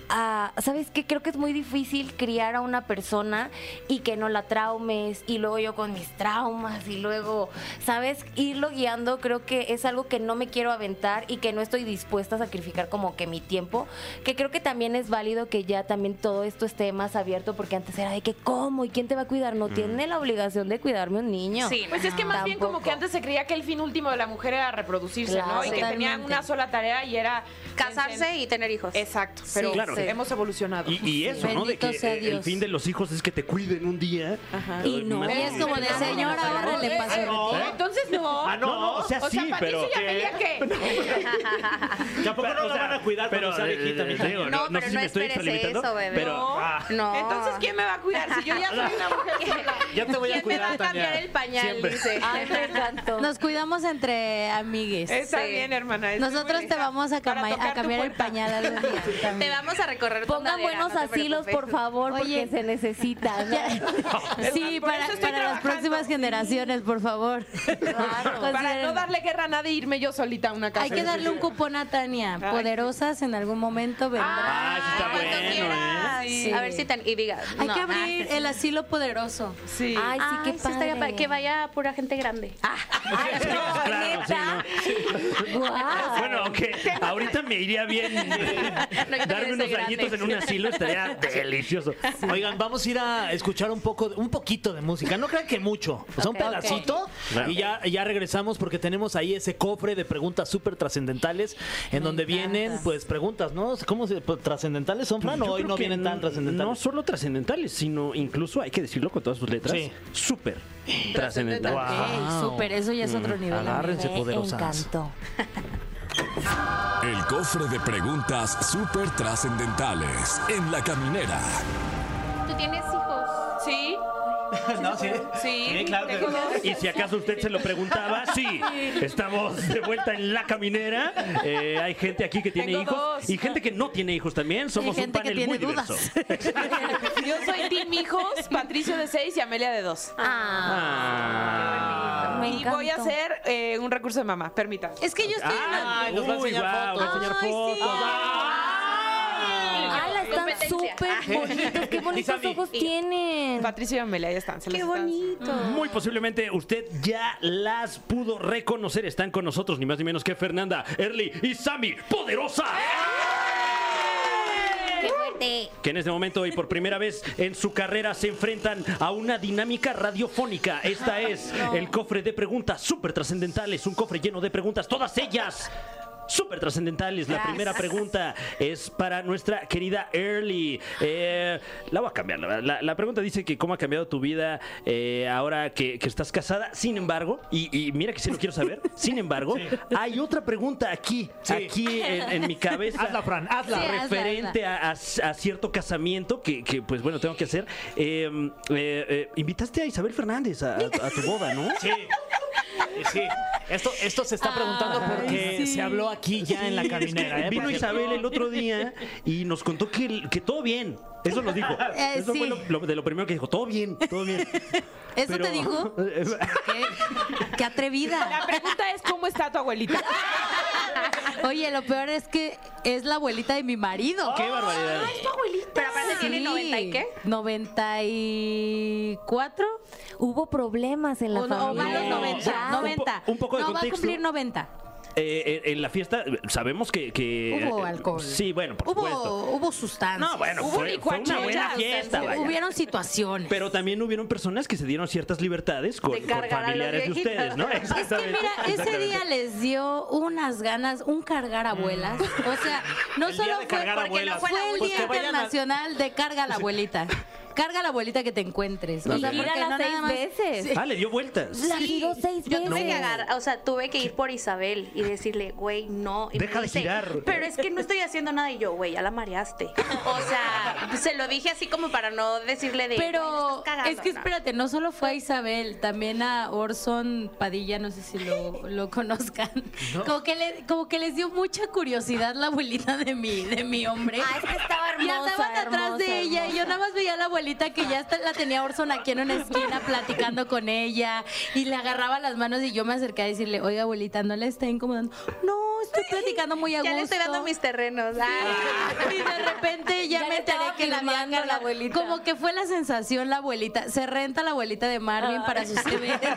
S9: a- ¿Sabes qué? Creo que es muy difícil criar a una persona y que no la traumes y luego yo con mis traumas y luego, ¿sabes? Irlo guiando creo que es algo que no me quiero aventar y que no estoy dispuesta a sacrificar como que mi tiempo, que creo que también es válido que ya también todo esto esté más abierto porque antes era de que cómo y quién te va a cuidar, no tiene la obligación de cuidarme un niño.
S10: Sí,
S2: Pues es que más bien como
S9: Tampoco.
S2: que antes se creía que el fin último de la mujer era reproducirse, ¿no?
S9: Claro.
S2: Y que tenían
S6: Totalmente.
S2: una sola tarea y era
S10: casarse y tener hijos.
S2: Exacto, pero
S3: Claro. sí.
S2: hemos evolucionado.
S3: Y, y eso, ¿no? De
S6: Bendito
S3: que
S6: sea
S3: eh, el
S6: Dios.
S3: fin de los hijos es que te cuiden un día.
S2: Ajá.
S3: Eh,
S6: Y no,
S3: más-
S6: y es como de señora, ahora Ah, le pasó.
S2: Pero Entonces no.
S3: Ah, no, no, o sea, sí, pero-
S2: Patricia y Amelia, ¿qué?
S4: Tampoco
S3: Pero,
S4: no
S3: o
S4: la
S3: sea,
S4: van a cuidar
S3: pero,
S4: cuando sea
S3: eh,
S4: viejita, mija.
S3: digo,
S10: No,
S3: no,
S10: pero
S3: no sé si
S10: no
S3: me estoy
S10: esperes
S3: extralimitando,
S10: eso, bebé.
S3: pero
S2: No.
S3: ah,
S10: No.
S2: Entonces, ¿quién me va a cuidar si yo ya soy una mujer sola?
S4: Ya te voy a
S10: ¿Quién me va
S4: cuidar,
S10: a cambiar
S4: Tania.
S10: el pañal?
S4: Siempre.
S10: Dice.
S9: Ay, Ah, me encantó.
S6: Nos cuidamos entre amigues.
S2: Está
S10: Sí.
S2: bien, hermana. es muy
S6: Nosotros te
S2: linda.
S6: vamos a,
S2: Para
S6: cama-
S2: tocar
S6: a
S2: tu
S6: cambiar el
S2: puerta.
S6: pañal algún día.
S10: Te
S6: también.
S10: vamos a recorrer tu
S9: Pongan
S10: andadera,
S9: buenos
S10: no te
S9: asilos,
S10: preocupes.
S9: por favor, porque
S6: Oye.
S9: se necesitan.
S6: Sí,
S2: Por
S6: para,
S2: eso estoy
S6: para las
S2: trabajando.
S6: próximas generaciones, por favor.
S2: Para no
S6: Consideren-
S2: darle guerra a nadie, irme yo solita a una casa.
S6: Hay que darle un cupón a Tania.
S2: Ay.
S6: Poderosas en algún momento vendrá.
S3: Ah, sí está
S10: Cuando
S3: bueno,
S10: quieras.
S3: ¿eh?
S6: Sí.
S10: A ver si tan. Y diga.
S6: Hay
S10: no,
S6: que
S10: ah,
S6: abrir el asilo poderoso.
S2: Sí.
S9: Ay, sí,
S10: Ay,
S9: qué
S10: sí estaría
S9: padre.
S10: pa- que vaya pura gente grande.
S6: Ah.
S9: Ay, no,
S3: ¿eh? Claro, sí,
S9: neta. Ah. Guau.
S3: Bueno, aunque ahorita me iría bien eh,
S10: No, yo también
S3: darme
S10: soy
S3: unos
S10: grande.
S3: añitos en un asilo, estaría delicioso.
S6: pues,
S4: Oigan, vamos a ir a escuchar un poco, un poquito de música. No crean que mucho, o sea, un
S6: Ok.
S4: pedacito
S3: Claro.
S4: y ya, ya regresamos porque tenemos ahí ese cofre de preguntas súper trascendentales en
S6: Me
S4: donde
S6: encanta.
S4: vienen, pues, preguntas, ¿no? ¿Cómo se, pues, trascendentales son, Fran?
S3: Yo
S4: ¿O hoy
S3: creo
S4: no
S3: que
S4: vienen tan
S3: No
S4: trascendentales?
S3: solo trascendentales, sino incluso, hay que decirlo con todas sus letras,
S4: Sí.
S3: súper trascendentales.
S6: Ey, súper, eso ya es otro nivel.
S4: Agárrense
S6: amigo.
S4: poderosas.
S9: Encantó.
S1: El cofre de preguntas súper trascendentales en la caminera.
S10: Tú tienes hijos.
S2: Sí.
S4: No, sí.
S2: Sí,
S3: claro que-
S2: déjenos.
S3: Y si acaso usted se lo preguntaba, sí, estamos de vuelta en la caminera. Eh, hay gente aquí que tiene
S2: Tengo
S3: hijos
S2: dos.
S3: y gente que no tiene hijos también. Somos
S2: gente
S3: un
S2: que
S3: panel
S2: tiene
S3: muy
S2: dudas.
S3: diverso.
S2: Yo soy Tim Hijos, Patricio de 6 y Amelia de 2.
S3: Ah.
S9: Me
S2: y voy a
S9: encantó.
S2: hacer eh, un recurso de mamá, permita.
S9: Es que yo estoy
S4: Ay, nos va a
S3: Uy,
S4: enseñar
S3: guau,
S4: fotos.
S3: va a enseñar
S9: Ay,
S3: fotos.
S9: sí.
S2: Ah,
S9: ¡Ala, están súper bonitos! ¡Qué bonitos
S4: Isami.
S9: ojos tienen!
S2: Patricio y Amelia, ya están. se
S9: ¡Qué
S2: las están-
S9: bonito!
S3: Muy posiblemente usted ya las pudo reconocer. Están con nosotros ni más ni menos que Fernanda, Erly y Sammy, poderosa.
S9: ¡Qué fuerte!
S3: Que en este momento y por primera vez en su carrera se enfrentan a una dinámica radiofónica. Esta es el cofre de preguntas súper trascendentales, un cofre lleno de preguntas, todas ellas. Súper trascendentales. La primera pregunta es para nuestra querida Early. Eh, la voy a cambiar. la verdad. La, la pregunta dice que cómo ha cambiado tu vida eh, ahora que, que estás casada. Sin embargo, y, y mira que sí lo quiero saber. Sin embargo, hay otra pregunta aquí,
S4: Sí.
S3: aquí en, en mi cabeza.
S7: Hazla, Fran, hazla.
S9: Sí, hazla,
S3: referente a, a- a cierto casamiento que, que, pues bueno, tengo que hacer. Eh, eh, eh, invitaste a Isabel Fernández a, a- a tu boda, ¿no?
S4: Sí. Sí. Esto, esto se está preguntando porque
S3: sí.
S4: se habló aquí ya en la
S3: Sí, es que
S4: caminera. ¿eh?
S3: Vino
S4: Porque-
S3: Isabel el otro día y nos contó que, que todo bien. Eso nos dijo.
S6: Eh,
S3: Eso fue
S6: sí.
S3: lo, lo- de lo primero que dijo. Todo bien, todo bien.
S6: ¿Eso
S3: Pero-
S6: te dijo? ¿Qué, qué
S2: La
S6: atrevida.
S2: pregunta es: ¿cómo está tu abuelita?
S6: Oye, lo peor es que eh, es la abuelita de mi marido.
S3: ¡Qué barbaridad!
S10: Pero aparte tiene
S6: Sí.
S10: 90 y qué?
S6: 94.
S9: Hubo problemas en la
S6: O, no, o van los
S9: familia.
S6: 90.
S9: Ya.
S6: 90.
S3: Ah. un poco de
S6: no va a
S3: contexto.
S6: cumplir 90.
S3: Eh, en en la fiesta eh, sabemos que... que-
S6: Hubo
S3: eh,
S6: alcohol.
S3: Sí, bueno, por supuesto.
S6: Hubo, hubo sustancias.
S3: No, bueno,
S2: Hubo
S3: fue, fue una
S2: licuachelas,
S3: buena fiesta. vaya.
S6: Hubieron situaciones.
S3: Pero también hubieron personas que se dieron ciertas libertades con,
S10: De
S3: con
S10: cargar a los
S3: familiares de
S10: viejitos.
S3: ustedes, ¿no?
S6: Es que
S3: Exactamente,
S6: mira, ese
S3: exactamente.
S6: día les dio unas ganas, un cargar abuelas. O sea, no
S4: El día
S6: solo
S4: de
S6: fue,
S4: cargar
S6: porque
S4: abuelas.
S6: no fue el
S4: Pues
S6: Día
S4: que vayan a-
S6: Internacional de Carga a la Abuelita. Carga a la abuelita que te encuentres. O
S9: Y
S6: sea,
S9: ir a
S6: porque
S9: las
S6: no
S9: seis
S6: nada más-
S9: veces.
S6: Sí.
S3: Ah, le dio vueltas.
S9: La giró seis
S10: Yo
S9: veces.
S10: tuve que agarrar, o sea, tuve que ir por Isabel y decirle, güey, no. Y me
S3: Deja de
S10: dice,
S3: girar.
S10: Pero es que no estoy haciendo nada. Y yo, güey, ya la mareaste. O sea, se lo dije así como para no decirle de. "Güey, la
S6: Pero
S10: estás cagando",
S6: es que
S10: ¿no?
S6: espérate, no solo fue a Isabel, también a Orson Padilla, no sé si lo, lo conozcan. Como, que le- como que les dio mucha curiosidad la abuelita de mi, de mi hombre.
S9: Ah, es que estaba
S6: Y
S9: hermosa,
S6: andaban atrás
S9: hermosa,
S6: de ella y yo
S9: hermosa.
S6: nada más veía a la abuelita que ya hasta la tenía Orson aquí en una esquina platicando con ella y le agarraba las manos y yo me acerqué a decirle, oiga abuelita, no le está incomodando. No, estoy platicando muy a gusto.
S10: Ya le estoy dando mis terrenos. Ay.
S6: Y de repente ya,
S9: Ya
S6: me
S9: le
S6: enteré
S9: estaba
S6: que la había
S9: firmando la
S6: encargado.
S9: abuelita.
S6: Como que fue la sensación la abuelita. Se renta la abuelita de Marvin
S9: Ah.
S6: para sus eventos.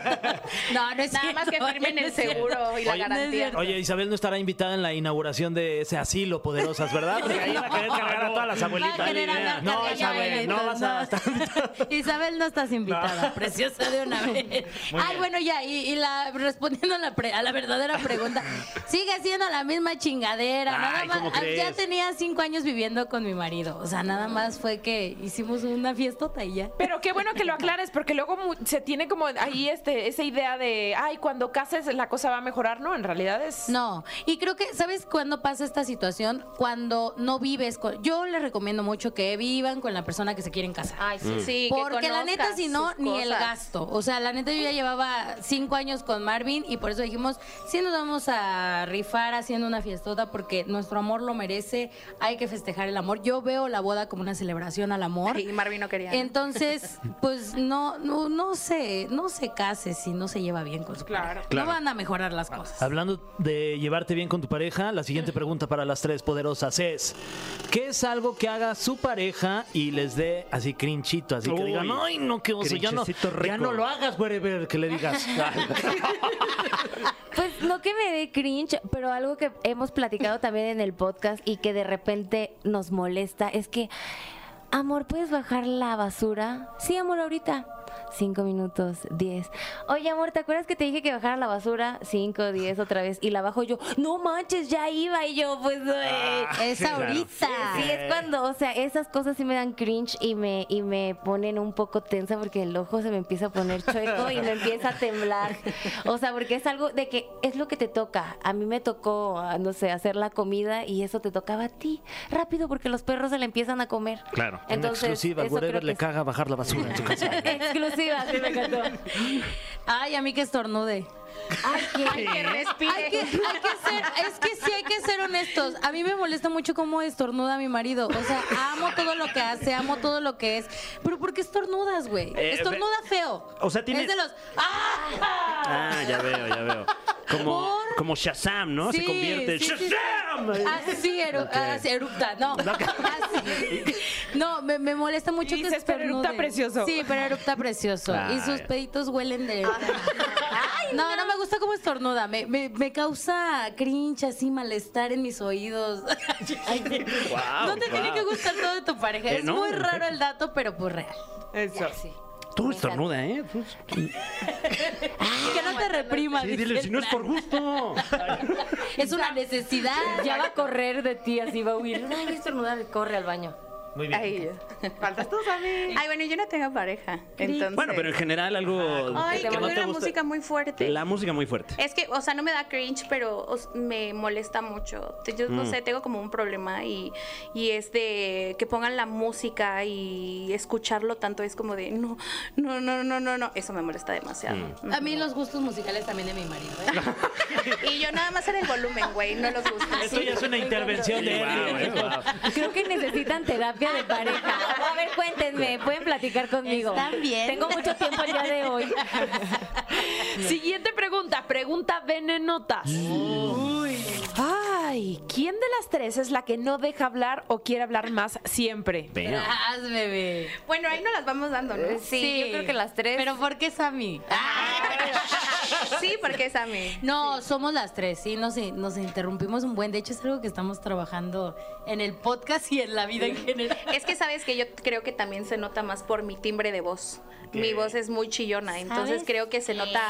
S6: No, no es
S10: Nada más que
S6: cierto,
S10: firmen
S6: no
S10: el
S6: es cierto.
S10: seguro y la
S6: Oye, no es
S10: garantía.
S6: cierto.
S4: Oye, Isabel no estará invitada en la inauguración de ese asilo poderosas, ¿verdad? Porque ahí va a querer cargar a todas las abuelitas.
S6: Va a querer hablar
S4: no,
S6: con ella,
S4: Isabel, no vas
S6: entonces,
S4: a estar.
S6: Isabel, no estás invitada, preciosa de una vez. Ay, bueno, ya, y, y la, respondiendo a la, pre- a la verdadera pregunta, sigue siendo la misma chingadera. nada
S3: Ay,
S6: más,
S3: ¿cómo
S6: ah, ya
S3: crees?
S6: tenía cinco años viviendo con mi marido. O sea, nada más fue que hicimos una fiestota y ya.
S2: Pero qué bueno que lo aclares, porque luego mu- se tiene como ahí este, esa idea de, ay, cuando cases la cosa va a mejorar, ¿no? En realidad es...
S10: Pues,
S6: No, y creo que, ¿sabes cuándo pasa esta situación? Cuando no vives con... Yo les recomiendo mucho que vivan con la persona que se quieren casar.
S10: Ay, sí, sí. que
S6: Porque la neta,
S10: conozcas
S6: si no,
S10: sus
S6: ni el
S10: cosas.
S6: gasto. O sea, la neta, yo ya llevaba cinco años con Marvin y por eso dijimos, sí nos vamos a rifar haciendo una fiestota porque nuestro amor lo merece, hay que festejar el amor. Yo veo la boda como una celebración al amor.
S10: Y Marvin no quería. ¿no?
S6: Entonces, pues no, no, no se, no se case si no se lleva bien con su
S2: Claro.
S6: pareja.
S3: Claro.
S6: No van a mejorar las cosas.
S4: Hablando de llevarte bien con tu pareja, la siguiente pregunta para las tres poderosas es: ¿Qué es algo que haga su pareja y les dé así crinchito? Así que
S3: Uy,
S4: digan, ¡ay, no, qué oso! Ya no,
S3: crinchecito rico".
S4: ya no lo hagas, whatever, que le digas.
S9: Pues no que me dé cringe, pero algo que hemos platicado también en el podcast y que de repente nos molesta es que, amor, ¿puedes bajar la basura? Sí, amor, ahorita. Cinco minutos, diez. Oye, amor, ¿te acuerdas que te dije que bajara la basura? Cinco, diez, otra vez. Y la bajo yo, no manches, ya iba. Y yo, pues, eh,
S6: es ahorita.
S9: Sí, es cuando, o sea, esas cosas sí me dan cringe y me, y me ponen un poco tensa porque el ojo se me empieza a poner chueco y me empieza a temblar. O sea, porque es algo de que es lo que te toca. A mí me tocó, ah, no sé, hacer la comida y eso te tocaba a ti. Rápido porque los perros se la empiezan a comer.
S3: Claro.
S6: Entonces,
S4: en exclusiva,
S6: eso creo
S4: whatever
S6: que
S4: le
S6: es-
S4: caga bajar la basura en su casa.
S6: Exclusiva, sí me encantó.
S9: Ay, a mí que estornude.
S6: Ay, qué-
S9: Ay, que respire. Hay que, hay que ser, es que sí hay que ser honestos. A mí me molesta mucho cómo estornuda mi marido. O sea, amo todo lo que hace, amo todo lo que es. Pero ¿por qué estornudas, güey?
S3: Eh,
S9: estornuda feo.
S3: O sea, tiene-
S9: Es de los... ¡Ah!
S3: Ah, ya veo, ya veo. Como, como Shazam, ¿no? Se
S9: Sí,
S3: convierte en
S9: sí, Ah, sí, sí.
S3: Shazam.
S9: Así, eru- así erupta, no. Así. No, me, me molesta mucho que
S2: dices, pero
S9: estornude.
S2: eructa precioso.
S9: Sí, pero erupta precioso.
S3: Ay.
S9: Y sus peditos huelen de. no, no, me gusta cómo estornuda. Me, me- me causa cringe, así, malestar en mis oídos.
S3: Guau,
S9: no te tiene
S3: guau.
S9: que gustar todo de tu pareja.
S3: Eh,
S9: es
S3: no,
S9: muy
S3: en
S9: raro
S3: efecto.
S9: el dato, pero pues real.
S2: Eso.
S3: Tú estornuda, ¿eh? Tú-
S9: que no te reprimas.
S3: Sí,
S9: dice
S3: dile,
S9: el
S3: si no es por gusto.
S9: Es una necesidad.
S6: Ya va a correr de ti, así va a huir. Ay, estornudar, corre al baño.
S3: Muy
S8: Ay,
S2: Faltas tú, Sammy.
S8: Ay, bueno, yo no tengo pareja. Este, Entonces.
S3: Bueno, pero en general algo
S8: Ay,
S3: que
S8: que
S3: no
S8: pone
S3: te
S8: la
S3: gusta.
S8: música muy fuerte.
S3: La música muy fuerte.
S8: Es que, o sea, no me da cringe, pero o s- me molesta mucho. Te- Yo no
S3: Mm.
S8: sé, tengo como un problema y, y es de que pongan la música y escucharlo tanto es como de no, no, no, no, no, no. Eso me molesta demasiado.
S3: Mm.
S9: A mí los gustos musicales también de mi marido. ¿eh?
S8: Y yo nada más era el volumen, güey, no los
S3: Ah,
S8: gusta.
S4: Esto ya es una intervención de
S3: Guau, eh,
S4: él.
S3: guau.
S6: Creo que necesitan terapia de pareja. A ver, cuéntenme, pueden platicar conmigo.
S9: Están bien.
S6: Tengo mucho tiempo el día de hoy.
S2: Siguiente pregunta, pregunta venenotas. Ay, ¿quién de las tres es la que no deja hablar o quiere hablar más siempre?
S3: Damn.
S9: Haz, bebé.
S8: Bueno, ahí nos las vamos dando, ¿no?
S6: Eh,
S8: Ah,
S6: Sí, yo creo que las tres.
S9: Pero ¿por qué Sammy?
S8: Sí, porque es a mí.
S9: No, somos las tres, sí, nos, nos interrumpimos un buen. De hecho, es algo que estamos trabajando en el podcast y en la vida en general.
S8: Es que sabes que yo creo que también se nota más por mi timbre de voz. Mi voz es muy chillona, entonces
S6: ¿Sabes?
S8: creo que se nota.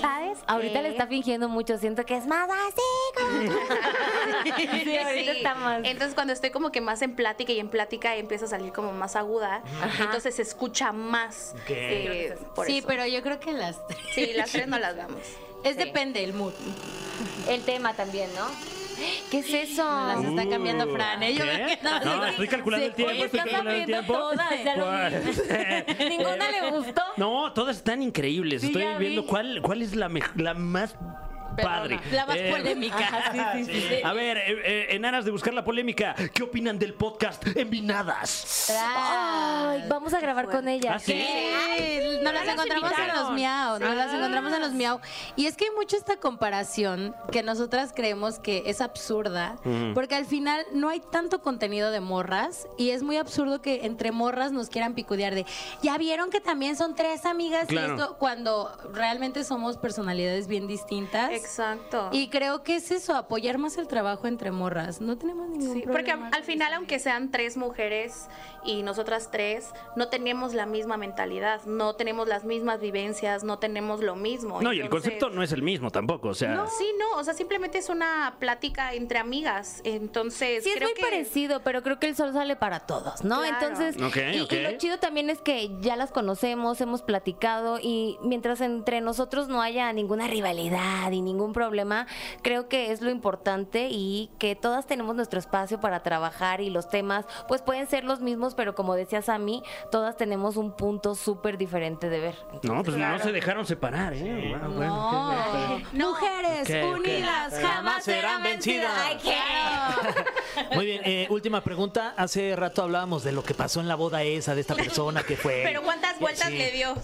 S8: ¿Sabes?
S6: Ahorita
S8: qué?
S6: le está fingiendo mucho, siento que es más así.
S8: Sí,
S6: Sí, ahorita está más.
S8: Entonces cuando estoy como que más en plática y en plática empieza a salir como más aguda, entonces se escucha más. eh, por
S9: sí,
S8: eso.
S9: pero yo creo que las tres.
S8: sí, las tres no las damos.
S9: Es
S6: Sí.
S9: depende del mood.
S6: El tema también, ¿no? ¿Qué es eso?
S9: Las está cambiando
S3: Uh,
S9: Fran. ¿eh? Yo
S3: ¿qué?
S9: veo que-
S3: No,
S9: sí,
S3: estoy calculando
S9: sí.
S3: el tiempo,
S9: Oye,
S3: estoy
S9: estás
S3: calculando el
S9: abriendo
S3: tiempo.
S9: todas, ya lo vi.
S6: Ninguna le gustó.
S3: No, todas están increíbles.
S6: Sí,
S3: Estoy
S6: ya vi.
S3: viendo cuál, cuál es la, mej- la más padre.
S9: La más
S3: Eh,
S9: polémica. sí, sí, sí, sí.
S3: A ver, eh, eh, en aras de buscar la polémica, ¿qué opinan del podcast Envinadas?
S6: Ay, vamos a grabar con ella.
S3: ¿Ah, sí?
S9: Sí, eh, nos las
S2: las
S9: encontramos en
S2: invitaron.
S9: los miau, nos las encontramos en los miau. Y es que hay mucho esta comparación que nosotras creemos que es absurda, porque al final no hay tanto contenido de morras y es muy absurdo que entre morras nos quieran picudear de, ya vieron que también son tres amigas
S3: Claro.
S9: y esto, cuando realmente somos personalidades bien distintas.
S8: Exacto.
S9: Y creo que es eso, apoyar más el trabajo entre morras. No tenemos ningún
S8: Sí,
S9: problema.
S8: porque al
S9: con
S8: al final, aunque sean tres mujeres y nosotras tres, no tenemos la misma mentalidad, no tenemos las mismas vivencias, no tenemos lo mismo.
S3: No, y el
S8: Entonces-
S3: concepto no es el mismo tampoco, o sea...
S8: No, sí, no, o sea, simplemente es una plática entre amigas, entonces
S6: Sí, es
S8: creo
S6: muy
S8: que
S6: parecido, pero creo que el sol sale para todos, ¿no?
S8: Claro.
S6: Entonces,
S3: Ok,
S6: y, y
S3: ok.
S6: lo chido también es que ya las conocemos, hemos platicado y mientras entre nosotros no haya ninguna rivalidad y ningún problema, creo que es lo importante y que todas tenemos nuestro espacio para trabajar y los temas, pues pueden ser los mismos, pero como decías a mí, todas tenemos un punto súper diferente de ver.
S3: No, pues no se dejaron separar, ¿eh? Guau, bueno, qué-
S9: No. Mujeres
S3: Ok, ok.
S9: unidas jamás serán vencidas. Ay, claro.
S4: Muy bien, eh, última pregunta. Hace rato hablábamos de lo que pasó en la boda esa de esta persona que
S3: Eh,
S4: fue.
S8: Pero cuántas vueltas
S4: Sí.
S8: le dio.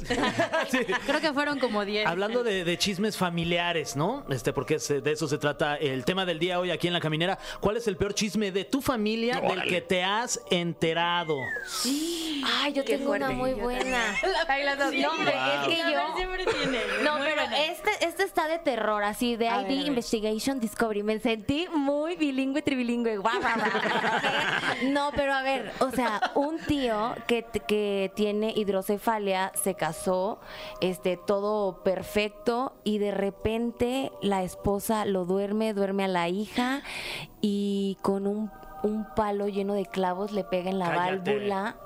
S9: Creo que fueron como 10.
S4: Hablando de, de chismes familiares, ¿no? Este, porque se- de eso se trata el tema del día hoy aquí en la caminera. ¿Cuál es el peor chisme de tu familia del que te has enterado?
S6: Ay, yo
S8: Qué
S6: tengo una
S8: fuerte.
S6: muy
S8: Yo
S6: buena.
S8: Ahí las dos.
S6: No, hombre,
S3: Wow.
S6: es que yo... No, pero este, este está de terror, así de
S9: A
S6: ID
S9: ver, a ver.
S6: Investigation Discovery. Me sentí muy bilingüe, tribilingüe. Guau, guau, guau. no, pero a ver, o sea, un tío que, t- que tiene hidrocefalia se casó, este, todo perfecto, y de repente la esposa lo duerme, duerme a la hija, y con un, un palo lleno de clavos le pega en la
S3: Cállate.
S6: válvula.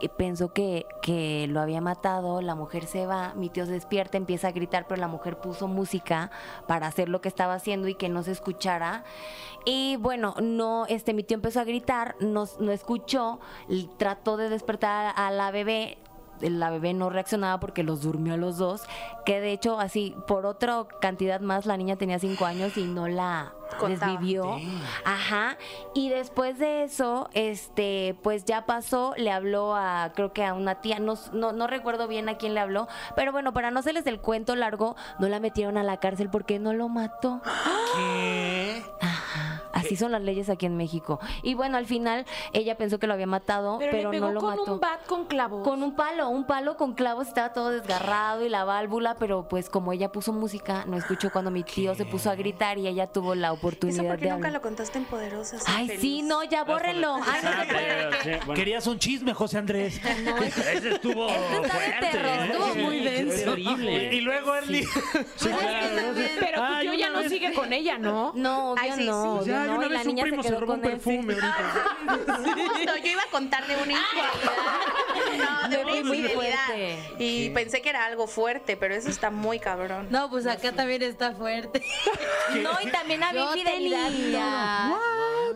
S9: eh, pensó que, que lo había matado, la mujer se va, mi tío se despierta, empieza a gritar, pero la mujer puso música para hacer lo que estaba haciendo y que no se escuchara. Y bueno, no, este, mi tío empezó a gritar, no, no escuchó, l- trató de despertar a la bebé, la bebé no reaccionaba porque los durmió a los dos, que de hecho así, por otra cantidad más, la niña tenía cinco años y no la
S11: Contaba.
S9: desvivió. Ajá. Y después de eso, este, pues ya pasó, le habló a, creo que a una tía, no, no, no recuerdo bien a quién le habló, pero bueno, para no hacerles el cuento largo, no la metieron a la cárcel porque no lo mató. Ajá. Así son las leyes aquí en México. Y bueno, al final ella pensó que lo había matado, pero,
S2: Pero, le pegó
S9: no lo
S2: con
S9: mató
S2: un bat con clavos.
S9: con un palo, un palo con clavos estaba todo desgarrado y la válvula, pero pues como ella puso música, no escuchó cuando mi tío se puso a gritar y ella tuvo la
S10: Eso
S9: oportunidad
S10: porque
S9: de
S10: nunca
S9: hablar.
S10: lo contaste en Poderosa. soy
S9: Ay,
S10: feliz.
S9: sí, no, ya bórrenlo. Ay, no se puede.
S4: Querías un chisme, José Andrés.
S3: Ese estuvo fuerte.
S9: terror,
S3: ¿eh?
S9: estuvo muy
S3: Sí,
S9: denso.
S3: Horrible.
S4: Y luego Erly.
S2: Pero tu
S3: Ay,
S2: tío ya
S3: una
S2: no
S3: vez-
S2: sigue con ella, ¿no?
S9: No,
S10: Ay,
S9: ya
S10: sí,
S9: no,
S10: sí.
S9: ya
S3: Ay, Pues
S9: no,
S3: una
S9: y la
S3: vez un
S9: niña se
S3: primo se
S9: quedó
S3: robó
S9: con
S3: un
S9: él.
S3: perfume ahorita.
S10: Justo, yo iba a contar de una infidelidad. No, de
S9: No,
S10: una
S9: es muy
S10: infidelidad.
S9: fuerte.
S10: Y pensé que era algo fuerte, pero eso está muy cabrón.
S6: No, pues acá también está fuerte.
S9: No, y también había
S6: Yo
S9: infidelidad.
S6: tenía-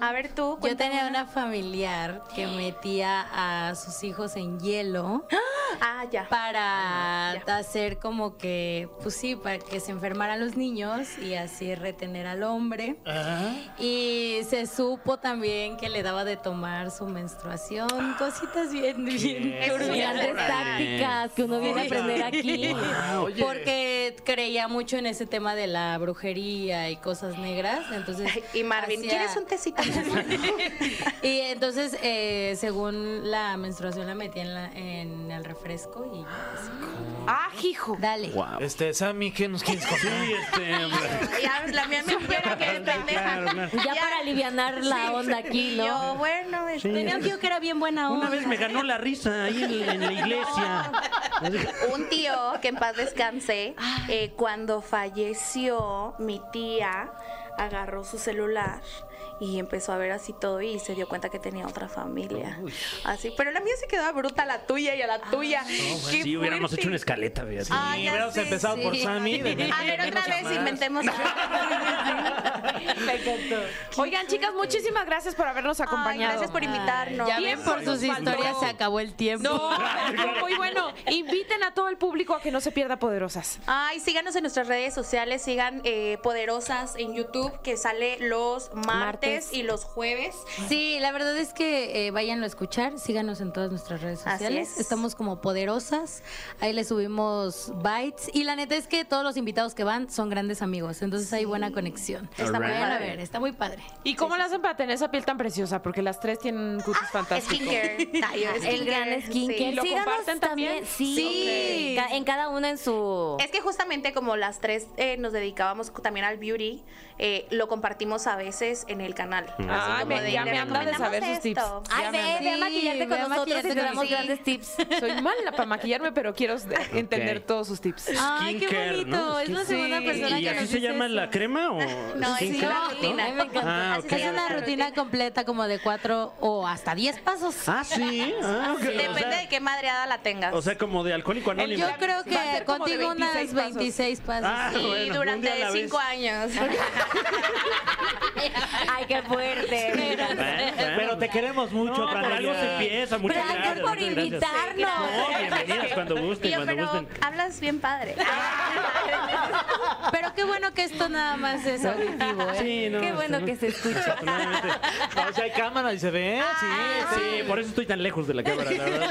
S10: A ver tú,
S6: Yo
S10: cuéntame
S6: tenía una familiar que metía a sus hijos en hielo
S10: Ah, ya.
S6: para hacer como que, pues sí, para que se enfermaran los niños y así retener al hombre. Y se supo también que le daba de tomar su menstruación, cositas bien, bien
S9: Eso son
S6: turbias.
S9: grandes tácticas que uno viene a aprender aquí.
S6: Porque creía mucho en ese tema de la brujería y cosas negras, entonces...
S10: Y Marvin,
S6: hacía-
S10: ¿quieres un tecito?
S6: y entonces, eh, según la menstruación, la metí en, la- en el refresco y...
S2: ¡Ah, hijo!
S6: Dale.
S4: Este, Sammy, ¿qué nos quieres contar?
S3: Sí, este, hombre.
S10: Ya, pues, la mía me quiere que es
S3: Claro,
S10: pendeja.
S3: claro.
S9: Ya para alivianar la onda aquí,
S10: Y
S9: ¿no?
S10: yo, bueno, este,
S6: Tenía un tío que era bien buena onda.
S3: Una vez me ganó la risa ahí en, en la iglesia. pues
S10: un tío que en paz descanse, eh, cuando falleció, mi tía agarró su celular y empezó a ver así todo y se dio cuenta que tenía otra familia. Así, pero la mía se quedó a bruta a la tuya y a la tuya. Qué
S3: Ah. Sí, hubiéramos
S10: fuerte.
S3: hecho una escaleta, fíjate.
S10: Ah,
S4: Y
S10: ya
S4: hubiéramos
S10: sé,
S4: empezado
S10: sí.
S4: por Sammy. de
S10: A ver,
S4: menos
S10: otra
S4: a
S10: vez
S4: más.
S10: inventemos.
S2: Oigan, chicas, muchísimas gracias por habernos
S10: Ay,
S2: acompañado.
S10: gracias por invitarnos.
S6: Ya
S2: Bien
S6: ven,
S2: por
S6: por sus
S2: nos faltó.
S6: historias se acabó el tiempo.
S2: No, estuvo muy bueno. Inviten a todo el público a que no se pierda Poderosas.
S10: Ay, síganos en nuestras redes sociales, sigan eh, Poderosas en YouTube, que sale los martes,
S9: Martes.
S10: y los jueves.
S6: Sí, la verdad es que eh, váyanlo a escuchar, síganos en todas nuestras redes
S10: Así
S6: sociales.
S10: es.
S6: Estamos como poderosas, ahí le subimos bytes y la neta es que todos los invitados que van son grandes amigos,
S9: Pues
S6: entonces hay buena conexión.
S10: Está muy
S6: Vayan a
S10: padre.
S6: ver, está muy padre.
S2: ¿Y cómo le hacen para tener esa piel tan preciosa? Porque las tres tienen
S9: Ah,
S2: cutis fantásticos.
S10: Skincare.
S9: El gran
S2: ¿Y
S9: skinker.
S2: lo
S9: Síganos
S2: comparten
S9: también.
S2: también?
S9: Sí.
S10: Sí.
S9: Ca- En cada una en su.
S10: Es que justamente como las tres eh, nos dedicábamos también al beauty, eh, lo compartimos a veces en el canal.
S2: Ah,
S10: como
S2: me-
S10: de,
S2: ya
S10: "Le
S2: me anda de
S10: recomendamos
S2: saber sus tips.
S10: esto".
S9: Ay,
S2: Ya
S9: ve,
S2: me
S9: ve a
S6: Sí,
S9: maquillarte
S6: ve
S9: con
S6: a
S9: nosotros y
S6: maquillarte
S9: te
S6: con-
S9: damos
S6: sí.
S9: grandes tips.
S2: Soy mala para maquillarme, pero quiero s- entender todos sus tips.
S6: Ay, qué
S3: Skincare,
S6: bonito,
S3: ¿no?
S6: es la
S3: Skincare.
S6: segunda persona
S3: ¿Y
S6: que
S3: así
S6: nos
S3: se
S6: dice
S3: llama
S6: eso.
S3: la crema o.?
S10: No, es
S3: skincare?
S10: una rutina.
S9: Ay, me encantó.
S3: Ah,
S10: Así
S3: ok.
S10: se
S6: Es
S10: llama
S6: una rutina completa como de cuatro o hasta diez pasos.
S3: Ah, sí. Ah, ok. O
S10: Depende
S3: sea-
S10: de qué madreada la tengas.
S3: O sea, como de alcohólico anónimo.
S6: Yo creo
S2: Va a
S6: que
S2: ser como de
S6: contigo
S2: 26
S6: unas
S2: pasos.
S6: 26 pasos.
S3: Ah,
S10: y
S3: bueno, un
S10: durante
S3: día a la vez.
S10: cinco años.
S9: Ay, qué fuerte.
S3: Bueno, bueno.
S4: Pero te queremos mucho,
S3: No, por
S4: Tania.
S3: algo se empieza. Muchas
S9: Gracias
S3: gracias.
S9: por
S3: muchas gracias.
S9: invitarnos.
S3: No, bienvenidas cuando gusten,
S10: Tío,
S3: cuando
S10: pero
S3: gusten.
S10: hablas bien padre.
S6: Pero qué bueno que esto nada más es auditivo, ¿eh?
S3: Sí, no,
S9: Qué bueno que se escucha.
S3: Afortunadamente.
S4: O sea, hay cámara y se ve. Sí, pues,
S3: Sí, por eso estoy tan lejos de la cámara, la verdad.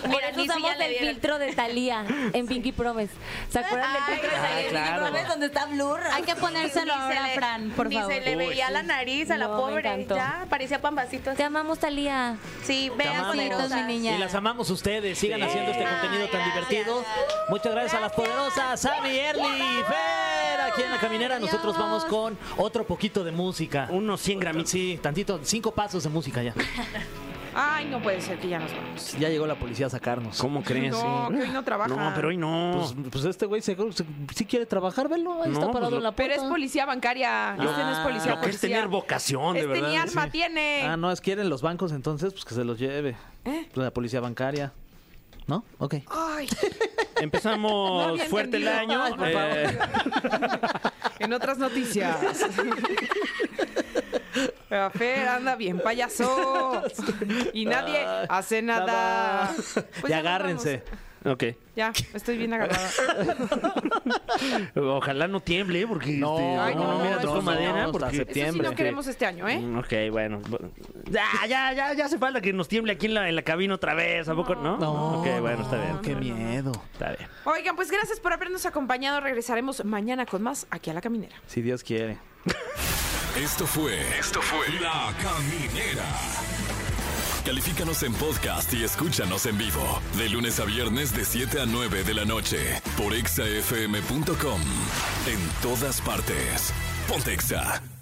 S9: Por
S10: Mira,
S9: eso
S10: ni si
S9: usamos
S10: ya le
S9: el
S10: dieron.
S9: filtro de Talía en Pinky Promise. ¿Se acuerdan del filtro de
S10: Ah,
S9: Talía en
S4: claro.
S9: Pinky Promise donde está Blur?
S6: Hay que ponérselo
S10: Ni se
S6: ahora,
S10: le-
S6: Fran, por
S10: ni
S6: favor.
S10: se le
S3: Uy,
S10: veía
S3: sí.
S10: la nariz a la
S9: No, me
S10: pobre.
S9: encantó.
S10: Ya parecía pambacito.
S9: Te amamos, Talía.
S10: Sí, vean
S4: amamos.
S10: poderosa.
S6: mi niña.
S4: Y las amamos ustedes. Sigan haciendo este
S10: Ay,
S4: contenido tan
S10: gracias.
S4: divertido. Muchas gracias, a las poderosas Sammy, Erly y Fer. Aquí en La Caminera nosotros vamos con otro poquito de música.
S3: Unos 100 gramitos.
S4: Sí, tantito, cinco pasos de música ya.
S2: Ay, no puede ser que ya nos vamos.
S4: Ya llegó la policía a sacarnos.
S3: ¿Cómo crees?
S2: No, que hoy no trabaja.
S3: No, pero hoy no.
S4: Pues, pues este güey se, se- sí quiere trabajar, velo. Ahí
S3: No,
S4: está parado
S3: pues lo-
S4: en la puerta.
S2: Pero es policía bancaria.
S4: Lo-
S2: este no es policía
S3: Lo que es
S2: policía.
S3: tener vocación, de
S2: Este
S3: verdad.
S2: ni arma
S3: Sí.
S2: tiene.
S4: Ah, no, es quieren los bancos, entonces, pues que se los lleve.
S2: ¿Eh?
S4: La policía bancaria. ¿No? Ok.
S2: Ay, No
S3: Empezamos
S2: había
S3: fuerte el
S2: entendido.
S3: año.
S2: Ay, por
S3: eh,
S2: en otras noticias. La Fer anda bien, payaso. Y nadie hace nada.
S4: y
S2: Pues ya nos
S4: agárrense.
S3: ok.
S2: vamos. Ya, estoy bien agarrada.
S3: Ojalá no tiemble, ¿eh? porque
S4: No,
S3: este,
S4: ay,
S3: no,
S4: no,
S3: mira,
S4: no,
S3: tocó
S4: no,
S3: madera.
S4: no,
S3: porque-
S4: hasta
S2: Eso sí
S4: Septiembre.
S2: no queremos este año, ¿eh?
S3: Mm, Ok, bueno. Ya, ya, ya, ya hace falta que nos tiemble aquí en la, en la cabina otra vez, ¿a poco? No.
S4: No,
S3: ok, bueno, está bien.
S4: Qué miedo.
S3: Está bien.
S2: Oigan, pues gracias por habernos acompañado. Regresaremos mañana con más aquí a La Caminera.
S4: Si Dios quiere.
S1: Esto fue. Esto fue. La Caminera. Califícanos en podcast y escúchanos en vivo. De lunes a viernes, de 7 a 9 de la noche. Por exafm.com. En todas partes. Pontexa.